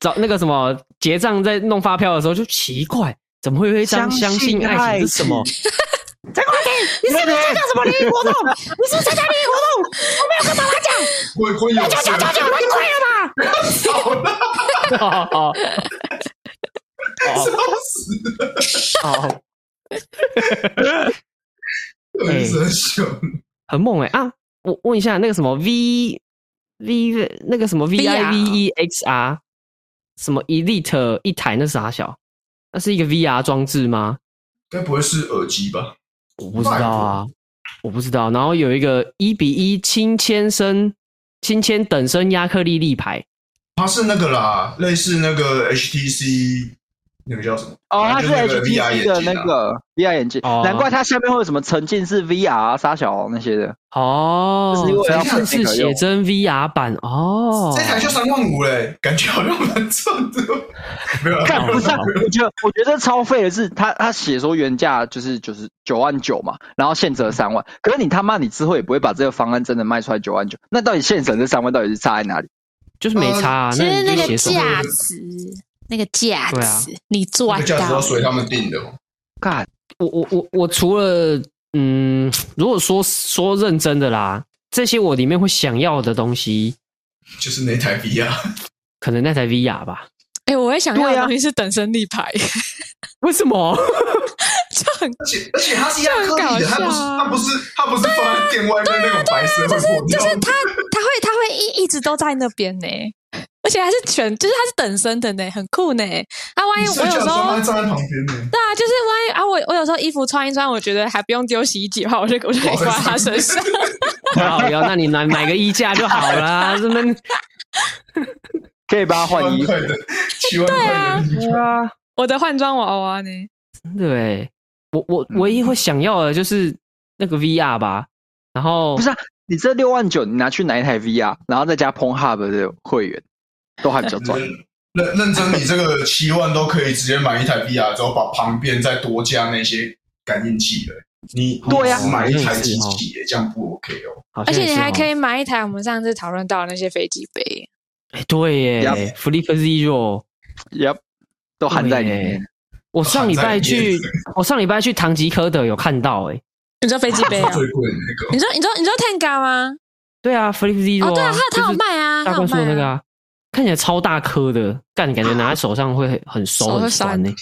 Speaker 2: 找那个什么结账在弄发票的时候就奇怪，怎么会有一张相
Speaker 4: 相
Speaker 2: 信
Speaker 4: 信
Speaker 2: 爱
Speaker 4: 爱
Speaker 2: 情是什么？
Speaker 4: 你是不是干什么联谊活动？
Speaker 5: 会会有。九九九九，那就快了吧！
Speaker 2: 哦哦
Speaker 5: 笑死了，
Speaker 2: 哦，
Speaker 5: 真是很笑。
Speaker 2: 很猛哎、啊！我问一下那个什么 V V 那个什么 V I V E X R 什么 Elite 一台那傻小，那是一个 VR 装置吗？
Speaker 5: 该不会是耳机吧？
Speaker 2: 我不知道啊，我不知道。然后有一个一比一亲签升亲签等身亚克力立牌，
Speaker 5: 它是那个啦，类似那个 HTC 那个叫什么？
Speaker 4: *laughs* 哦，它是
Speaker 5: 反正就是那个
Speaker 4: HTC 的那个 VR 眼镜，
Speaker 2: 哦
Speaker 4: 难怪它下面会有什么沉浸式 VR 沙小啊那些的。
Speaker 2: 哦
Speaker 4: 这是因为，要
Speaker 2: 沉浸式写真 VR 版哦
Speaker 5: 这，台就三万五嘞，感觉好像蛮赚的。没有啊，
Speaker 4: *laughs* 干不是、啊
Speaker 2: 哦，
Speaker 4: 我觉得我觉得超废的是，他他写说原价就是九十九万九嘛，然后现折三万，可是你他妈你之后也不会把这个方案真的卖出来九万九，那到底现折这三万到底是差在哪里？
Speaker 2: 就是没差、啊。
Speaker 3: 其
Speaker 2: 那
Speaker 3: 实
Speaker 2: 你
Speaker 3: 那
Speaker 2: 就
Speaker 3: 个
Speaker 2: 写什么？
Speaker 3: 价值，那个价
Speaker 2: 对啊
Speaker 3: 值，你
Speaker 5: 那
Speaker 3: 赚
Speaker 5: 个价值
Speaker 3: 到
Speaker 5: 要随他们定的哦。
Speaker 4: 干，
Speaker 2: 我我我我除了嗯，如果说说认真的啦，这些我里面会想要的东西，
Speaker 5: 就是那台 VR，
Speaker 2: 可能那台 VR 吧。
Speaker 3: 哎、我会想要
Speaker 4: 对
Speaker 3: 的
Speaker 4: 啊
Speaker 3: 东西是等身立牌，
Speaker 2: 为什么？
Speaker 3: 就很
Speaker 5: 而且而且它是亚克力的，
Speaker 3: 这
Speaker 5: 它
Speaker 3: 很搞
Speaker 5: 不是
Speaker 3: 笑啊
Speaker 5: 它不是它不是放在店外面那种白色会破
Speaker 3: 就
Speaker 5: 掉
Speaker 3: 是
Speaker 5: 的。
Speaker 3: 他他会他会一一直都在那边呢，而且还是全就是他是等身的呢，很酷呢。啊，万一
Speaker 5: 你
Speaker 3: 我
Speaker 5: 睡觉
Speaker 3: 有
Speaker 5: 的
Speaker 3: 时
Speaker 5: 时
Speaker 3: 候
Speaker 5: 候它会站在旁边呢。
Speaker 3: 对啊，就是万一啊，我我有时候衣服穿一穿，我觉得还不用丢洗衣机的话，我就我
Speaker 2: 哦
Speaker 3: 就可以挂在他身上。
Speaker 2: *laughs*
Speaker 3: *laughs*
Speaker 2: 好要，那你买买个衣架就好啦。这么
Speaker 4: 可以帮他换
Speaker 5: 七
Speaker 4: 衣
Speaker 2: *laughs*
Speaker 4: 服
Speaker 5: 万块。
Speaker 3: *laughs*
Speaker 5: 的，七万块的衣服，
Speaker 2: 啊。
Speaker 3: 我的换装娃娃呢？
Speaker 2: 对，我我唯一会想要的就是那个 VR 吧，然后
Speaker 4: 不是啊，你这六万九你拿去哪一台 VR，然后再加 p o n h u b 的会员，都还比较
Speaker 2: *laughs*
Speaker 4: 赚。
Speaker 5: 认认真，你这个七万都可以直接买一台 VR，之后把旁边再多加那些感应器了。你
Speaker 4: 对啊
Speaker 5: 你只买一台机器耶，这样不 OK 哦。
Speaker 2: 好
Speaker 3: 而
Speaker 2: 像
Speaker 3: 且
Speaker 2: 也
Speaker 3: 你
Speaker 2: 是
Speaker 3: 还
Speaker 2: 哦
Speaker 3: 可以买一台我们上次讨论到的那些飞机杯，
Speaker 2: 哎对耶
Speaker 4: Yup
Speaker 2: ，Flip Zero，
Speaker 4: Yep，都
Speaker 3: 哦
Speaker 4: 含在里
Speaker 2: 对耶
Speaker 4: 面。
Speaker 2: 我上礼拜
Speaker 5: 含在
Speaker 2: 去
Speaker 5: 里面，
Speaker 2: 我上礼拜去唐吉诃德有看到哎，
Speaker 3: 你说飞机杯啊？
Speaker 5: 最贵的那
Speaker 3: *laughs*
Speaker 5: 个
Speaker 3: 你说你说你说 Tenga 吗？
Speaker 2: 对啊，Flip
Speaker 3: 哦，
Speaker 2: Zero
Speaker 3: 对啊，他
Speaker 2: 就
Speaker 3: 他有
Speaker 2: 是
Speaker 3: 卖啊，
Speaker 2: 大
Speaker 3: 他有
Speaker 2: 冠说
Speaker 3: 卖
Speaker 2: 的那个
Speaker 3: 啊。
Speaker 2: 啊，看起来超大颗的，但感觉拿在手上会很很熟
Speaker 3: 手会
Speaker 2: 很酸呢，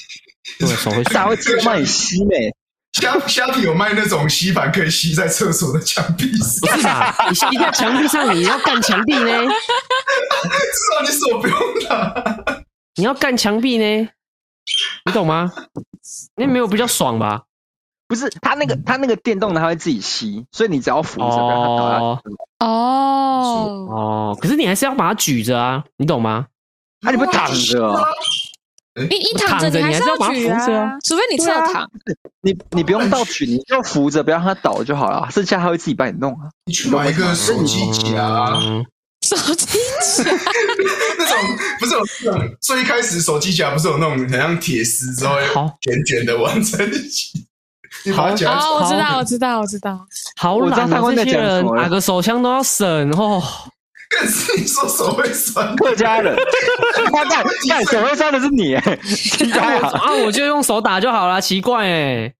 Speaker 2: 对，手会
Speaker 4: 咋
Speaker 2: 酸。
Speaker 4: 会这么吸美？
Speaker 5: 虾虾皮有卖那种吸盘，可以吸在厕所的墙壁
Speaker 2: 不
Speaker 5: 上，
Speaker 2: 是吧？你吸在墙壁上，你要干墙壁呢？
Speaker 5: 至少你手不用拿。
Speaker 2: 你要干墙壁呢？你懂吗？那没有比较爽吧？
Speaker 4: 不是，它那个它那个电动的，它会自己吸，所以你只要
Speaker 3: 嗯
Speaker 4: 扶着，不要它倒下
Speaker 2: 哦
Speaker 3: 哦，
Speaker 4: 来。
Speaker 2: 哦，可是你还是要把它举着啊，你懂吗？
Speaker 4: 啊，你不躺着哦？
Speaker 3: 你你躺
Speaker 2: 躺着
Speaker 3: 着
Speaker 2: 你
Speaker 3: 还
Speaker 2: 还是
Speaker 3: 是
Speaker 2: 要把它
Speaker 3: 举
Speaker 2: 扶着啊
Speaker 3: 啊，除非你侧
Speaker 4: 对啊
Speaker 3: 躺。
Speaker 4: 你你不用倒取，你就扶着，不要让它倒就好了。剩下它会自己帮你弄啊。
Speaker 5: 你去买一个手机夹，啊
Speaker 2: 嗯
Speaker 3: 手机
Speaker 5: 那种不是有那种最一开始手机夹不是有那种很像铁丝
Speaker 2: *laughs*
Speaker 5: 之后
Speaker 2: 好
Speaker 5: 卷卷的玩在一起，你把它夹在
Speaker 3: 哦，我知
Speaker 2: 好
Speaker 3: 道，我知道，我知道。
Speaker 2: 好
Speaker 4: 我知道
Speaker 2: 懒
Speaker 4: 他
Speaker 2: 哦，
Speaker 4: 刚才
Speaker 2: 这些
Speaker 4: 讲什
Speaker 2: 人
Speaker 4: 么了
Speaker 2: 打个手枪都要省哦。
Speaker 5: 但是你说手会酸，
Speaker 4: 客
Speaker 2: *laughs*
Speaker 4: 家人，他干干手会酸的是你，哎其他
Speaker 2: 我啊，我就用手打就好啦，奇怪哎、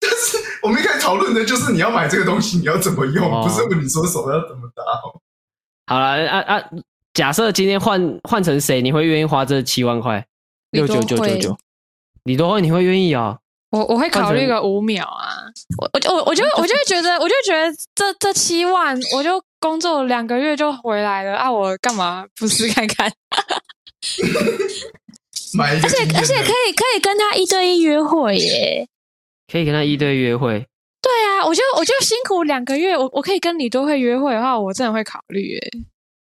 Speaker 5: 但是我们一开始讨论的就是你要买这个东西你要怎么用，
Speaker 2: 哦
Speaker 5: 不是问你说手要怎么打哦。
Speaker 2: 好了啊啊，假设今天换换成谁，你会愿意花这七万块？
Speaker 3: 李
Speaker 2: 六
Speaker 3: 多
Speaker 2: 九
Speaker 3: 惠
Speaker 2: 九九九，李多惠你会愿意啊、
Speaker 3: 我我会考虑
Speaker 2: 换成
Speaker 3: 个五秒啊，我我我我就我就会觉得，我就觉得这这七万，我就工作两个月就回来了啊，我干嘛不试看看？
Speaker 5: 买一个
Speaker 3: *laughs* 而且
Speaker 5: 经验的，
Speaker 3: 而且可以可以跟他一对一约会耶，
Speaker 2: 可以跟他一对一约会，
Speaker 3: 对啊，我就我就辛苦两个月，我我可以跟李多惠约会的话，我真的会考虑耶。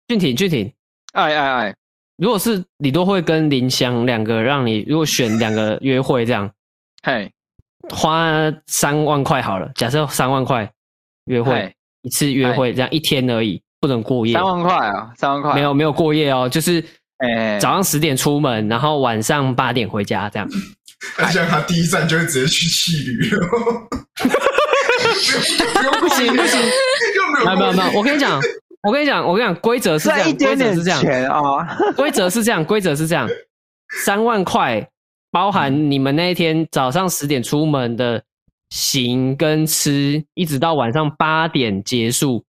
Speaker 2: 俊挺俊挺。
Speaker 4: 哎哎哎，
Speaker 2: 如果是李多惠跟林湘两个，让你如果选两个约会这样，
Speaker 4: 嘿，
Speaker 2: 花三万块好了，假设三万块约会
Speaker 4: 嘿
Speaker 2: 一次约会这样一天而已，不能过夜，
Speaker 4: 三万块啊，三万块，
Speaker 2: 没，有没有过夜哦，就是
Speaker 4: 哎，
Speaker 2: 早上十点出门，然后晚上八点回家
Speaker 4: *laughs*
Speaker 2: 这样。
Speaker 5: 他像他第一站就会直接去气旅了，不用不
Speaker 2: 行不行，
Speaker 5: *laughs* 又没有
Speaker 2: 没有没有没
Speaker 5: 过
Speaker 2: 有，我跟你讲，我跟你讲，我跟你讲，规则是这
Speaker 4: 赚一
Speaker 2: 样，规
Speaker 4: 点
Speaker 2: 则
Speaker 4: 点
Speaker 2: 是这样，
Speaker 4: 钱啊，
Speaker 2: *laughs* 规则是这样，规则是这样，三万块包含你们那一天早上十点出门的行跟吃，一直到晚上八点结束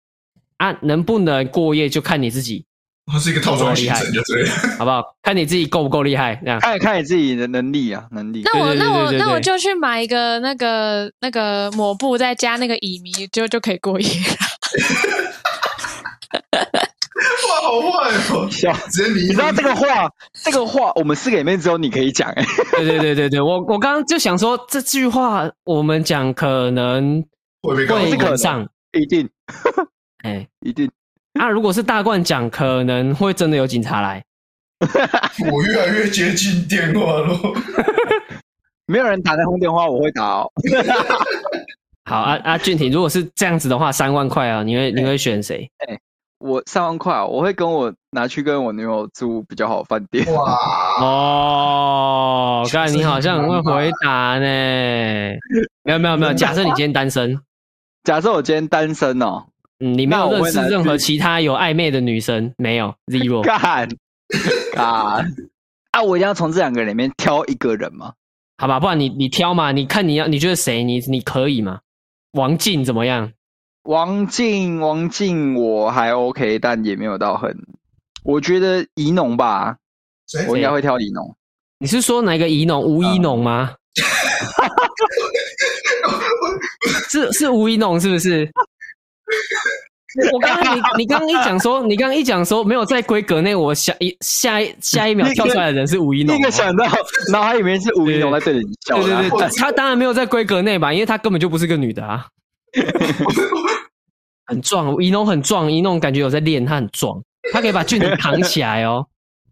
Speaker 2: 啊，能不能过夜就看你自己，
Speaker 5: 它是一个套装行程就对了。
Speaker 2: 好不好？看你自己够不够厉害，这样。
Speaker 4: 看看你自己的能力啊，能力。
Speaker 3: 那我
Speaker 2: 对对
Speaker 3: 那我
Speaker 2: 对对
Speaker 3: 那我
Speaker 2: 对
Speaker 3: 就去买一个那个那个抹布，再加那个乙醚，就就可以过夜。
Speaker 5: 哇，好坏哦！
Speaker 4: 笑
Speaker 5: 直接迷
Speaker 4: 你
Speaker 5: 路
Speaker 4: 知道这个话，这个话我们四个里面只有你可以讲，哎，
Speaker 2: 对对对对对，我我刚刚就想说这句话，我们讲可能
Speaker 5: 会被告
Speaker 2: 会
Speaker 5: 这
Speaker 4: 个
Speaker 2: 延上，
Speaker 4: 一定
Speaker 2: 哎、
Speaker 4: 一定，
Speaker 2: *laughs* 啊，如果是大冠讲，可能会真的有警察来。
Speaker 5: 我越来越接近电话了。
Speaker 4: 没有人打那通电话，我会打哦。
Speaker 2: 好啊啊，俊廷，如果是这样子的话，三万块啊，你会你会选谁？
Speaker 4: 我三万块啊，我会跟我拿去跟我女友住比较好的饭店。 *laughs*
Speaker 5: 哇，
Speaker 2: 哦，看你好像很会回答呢。没有没有没有，假设你今天单身，
Speaker 4: 假设我今天单身哦，
Speaker 2: 嗯，你没有
Speaker 4: 那我
Speaker 2: 认
Speaker 4: 会
Speaker 2: 识
Speaker 4: 拿
Speaker 2: 任何
Speaker 4: 去
Speaker 2: 其他有暧昧的女生，没有 zero。
Speaker 4: 干干啊，我一定要从这两个人里面挑一个人嘛。
Speaker 2: 好吧，不然你你挑嘛，你看你要你觉得谁你你可以吗？王静怎么样？
Speaker 4: 王静，王静我还 OK，但也没有到很。我觉得怡农吧，
Speaker 5: 谁
Speaker 4: 我应该会挑怡农。
Speaker 2: 你是说哪个怡
Speaker 4: 啊
Speaker 2: 农吴怡农
Speaker 4: *laughs*
Speaker 2: 吗？是是吴怡农是不是？我刚刚你你刚刚一讲说，你刚刚一讲说没有在规格内，我想一下一下一秒跳出来的人是吴怡农
Speaker 4: 那
Speaker 2: 哦。
Speaker 4: 个想到脑海里面是吴怡农在对着你笑
Speaker 2: 对
Speaker 4: 的啊，
Speaker 2: 对对，他当然没有在规格内吧，因为他根本就不是个女的啊。很壮，怡农很壮，怡农感觉有在练，他很壮，他可以把俊霆扛起来哦。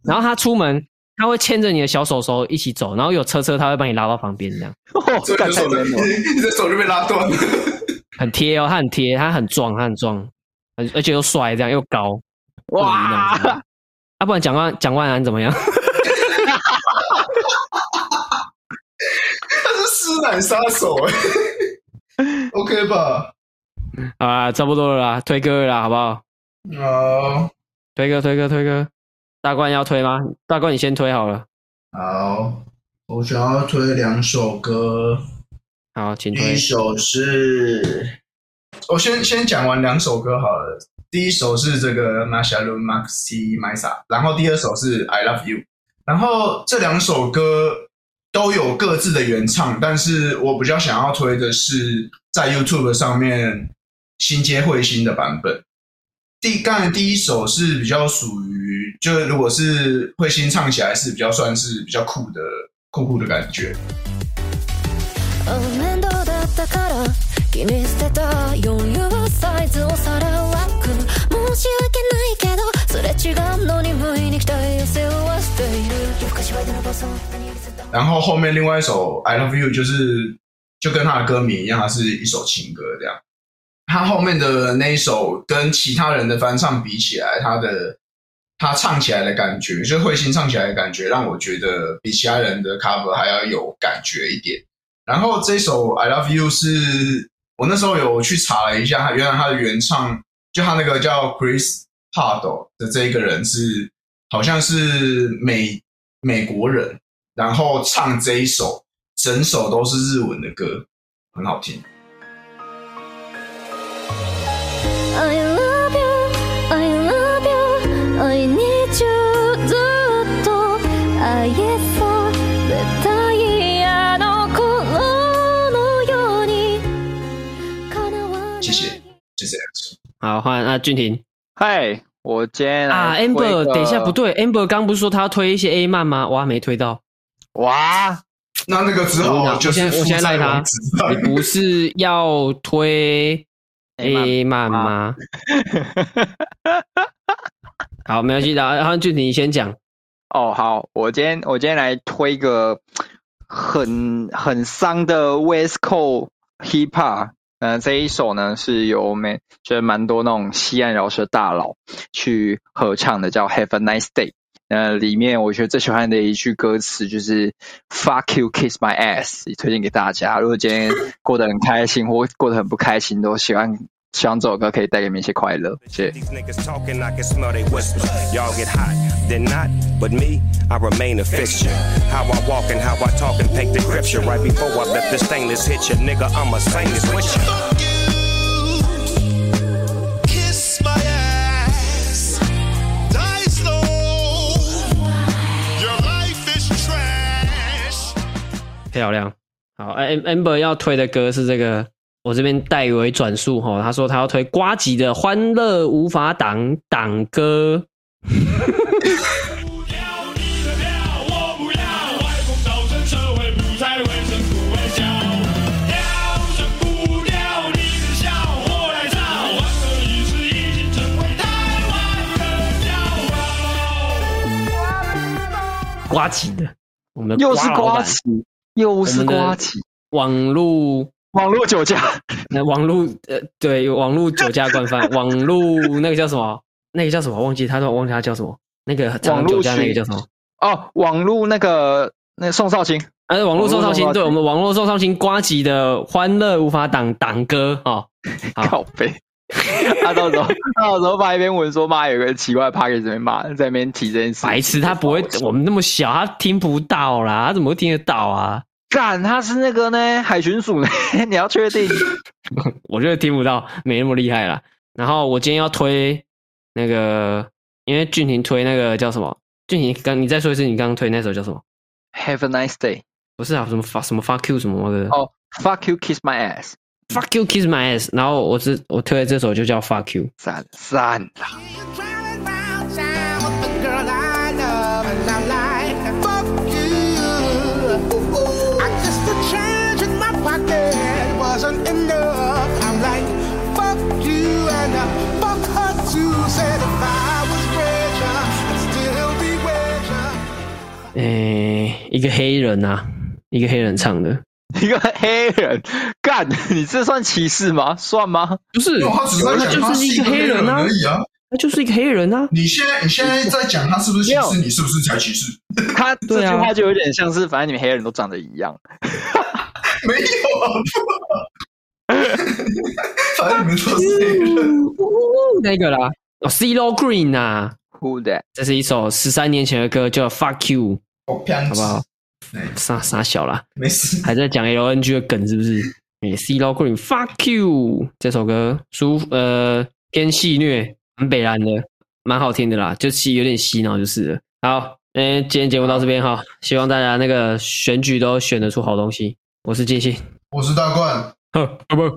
Speaker 2: 然后他出门，他会牵着你的小手手一起走，然后有车车他会把你拉到旁边，这样
Speaker 5: 这
Speaker 4: 哦，干
Speaker 5: 个
Speaker 4: 太
Speaker 5: 手
Speaker 4: 温
Speaker 5: 的，
Speaker 4: 柔了。
Speaker 5: 你的手就被拉断了。 *laughs*
Speaker 2: 很贴哦，他很贴，他很壮，他很壮，很而且又帅，这样又高。
Speaker 4: 哇
Speaker 2: 不能移动！啊，不然蒋万蒋万安怎么样？ *laughs*
Speaker 5: 他是师奶杀手哎、OK *laughs* 吧？
Speaker 2: 好啦，啊差不多了啦，推歌了啦，好不好？
Speaker 5: 好，
Speaker 2: 推歌，推歌，推歌。大冠要推吗？大冠你先推好了。
Speaker 5: 好，我想要推两首歌。
Speaker 2: 好，请
Speaker 5: 第
Speaker 2: 推
Speaker 5: 一。首是，我先先讲完两首歌好了。第一首是这个 Masha Lu Maxi Misa，然后第二首是 I Love You。然后这两首歌都有各自的原唱，但是我比较想要推的是在 YouTube 上面新街彗星的版本。第刚才第一首是比较属于，就是如果是彗星唱起来是比较算是比较酷的酷酷的感觉。
Speaker 1: うん面倒だったから気にしてた余裕サイズをさらわく申し訳ないけどすれ違うのに無意に期待を背負わしている夜更かしワイドの暴走
Speaker 5: 然后后面另外一首《I Love You》就是就跟他的歌名一样，它是一首情歌这样。他后面的那一首跟其他人的翻唱比起来，他的他唱起来的感觉，就是彗星唱起来的感觉，让我觉得比其他人的 cover 还要有感觉一点。然后这首《I Love You 是》我那时候有去查了一下，它原来它的原唱就他那个叫 Chris Pod 的这一个人是好像是美美国人，然后唱这一首，整首都是日文的歌，很好听。
Speaker 1: I love you, I love you, I need you ずっと愛えされたいあの頃のように叶わない
Speaker 5: 谢谢就这两首。
Speaker 2: 好，换那俊廷
Speaker 4: 嗨，我今天来
Speaker 2: 啊
Speaker 4: 推
Speaker 2: ，Amber，
Speaker 4: 个
Speaker 2: 等一下不，对，Amber 刚不是说他要推一些 A 漫吗？我 *laughs* 还没推到，
Speaker 4: 哇，
Speaker 5: 那那个之
Speaker 2: 我
Speaker 5: 后
Speaker 2: 我
Speaker 5: 就是
Speaker 2: 先我
Speaker 5: 附
Speaker 2: 先赖
Speaker 5: 在
Speaker 2: 他
Speaker 5: 网址
Speaker 2: *laughs*
Speaker 5: 上
Speaker 2: 你不是要推 A
Speaker 4: A
Speaker 2: 漫吗？ *laughs* 好，没关系，然后然后俊廷你先讲，
Speaker 4: 哦，好，我今天我今天来推一个很很丧的 West Coast Hip Hop。呃，这一首呢是由美就是蛮多那种西岸饶舌大佬去合唱的，叫《Have a Nice Day》。呃，里面我觉得最喜欢的一句歌词就是 “Fuck you, kiss my ass”，也推荐给大家。如果今天过得很开心或过得很不开心，都希望希望这首歌可以带给你们一些快乐。谢谢。
Speaker 6: These niggas talking, I can smell they whisper. Y'all get hot, then not, but me, I remain a fixture. How I walk and how I talk and paint the scripture. Right before I let the stainless hit you, nigga, I'ma sing this with you.
Speaker 7: Fuck you, kiss my ass, die slow. Your life is trash.
Speaker 2: 漂亮。好哎，Am-，Amber 要推的歌是这个，我这边代为转述哈，他说他要推瓜吉的《欢乐无法挡》挡歌。瓜吉的，我们的
Speaker 4: 又是
Speaker 2: 老
Speaker 4: 瓜
Speaker 2: 板
Speaker 4: 起，又是
Speaker 2: 我们的
Speaker 4: 瓜起，
Speaker 2: 网络
Speaker 4: 网络酒驾。
Speaker 2: 那网络呃，对，网络酒驾惯犯，网络那个叫什么？那个叫什么？忘记他说忘记他叫什么？那个常常
Speaker 4: 网络
Speaker 2: 酒驾那个
Speaker 4: 群
Speaker 2: 叫什么？
Speaker 4: 哦，网络那个那宋少卿，
Speaker 2: 呃，网络受伤心，对我们网络受伤心瓜吉的《欢乐无法挡》挡歌哦，好
Speaker 4: 靠背。 *laughs* 他到时候，他到时候发一篇文说，妈有个奇怪 p a c k a g 在那边骂，在那边提这件事。
Speaker 2: 白痴，他不会，我们那么小，他听不到啦，他怎么会听得到啊？ *laughs*
Speaker 4: 干，他是那个呢，海巡署呢， *laughs* 你要确定。
Speaker 2: 我觉得听不到，没那么厉害啦。然后我今天要推那个，因为俊廷推那个叫什么？俊廷刚你再说一次，你刚刚推那首叫什么？
Speaker 4: Have a nice day。
Speaker 2: 不是啊，什么 fuck 什么 fuck you 什么的、
Speaker 4: 哦，fuck you, kiss my ass。
Speaker 2: fuck you kiss my ass。然后我是我推的这首就叫 fuck you。
Speaker 4: 散散啦，
Speaker 2: 诶、一个黑人啊，一个黑人唱的，
Speaker 4: 一个黑人干，你这算歧视吗？算吗？
Speaker 2: 不是，
Speaker 5: 没有他只是在
Speaker 2: 他
Speaker 5: 讲
Speaker 2: 就
Speaker 5: 他
Speaker 2: 是
Speaker 5: 是
Speaker 2: 一
Speaker 5: 一
Speaker 2: 个
Speaker 5: 个
Speaker 2: 黑人
Speaker 5: 黑人
Speaker 2: 啊
Speaker 5: 而，已啊。
Speaker 2: 他就是一个黑人
Speaker 5: *laughs*
Speaker 2: 啊。
Speaker 5: 你现在你现在在讲他是不是歧
Speaker 4: 没
Speaker 5: 视？你是不是才歧
Speaker 2: *laughs*
Speaker 5: 视？
Speaker 4: 他这
Speaker 2: 对
Speaker 4: 句
Speaker 2: 啊
Speaker 4: 话就有点像是，反正你们黑人都长得一样。
Speaker 5: 没有啊，反正你们都是黑人。
Speaker 2: 那个啦，哦，CeeLo Green 啊，
Speaker 4: Who that？
Speaker 2: 这是一首十三年前的歌，叫 Fuck You，
Speaker 5: 我哦偏
Speaker 2: 好不好？
Speaker 5: 哎
Speaker 2: 傻傻小啦，
Speaker 5: 没事，
Speaker 2: *laughs* 还在讲 LNG 的梗是不是？诶 c e l o Green Fuck You 这首歌舒服呃偏戏虐，很北蓝的，蛮好听的啦，就是有点洗脑就是了。好，嗯、今天节目到这边哈，希望大家那个选举都选得出好东西。我是金星，
Speaker 5: 我是大冠。
Speaker 2: 呵，拜拜。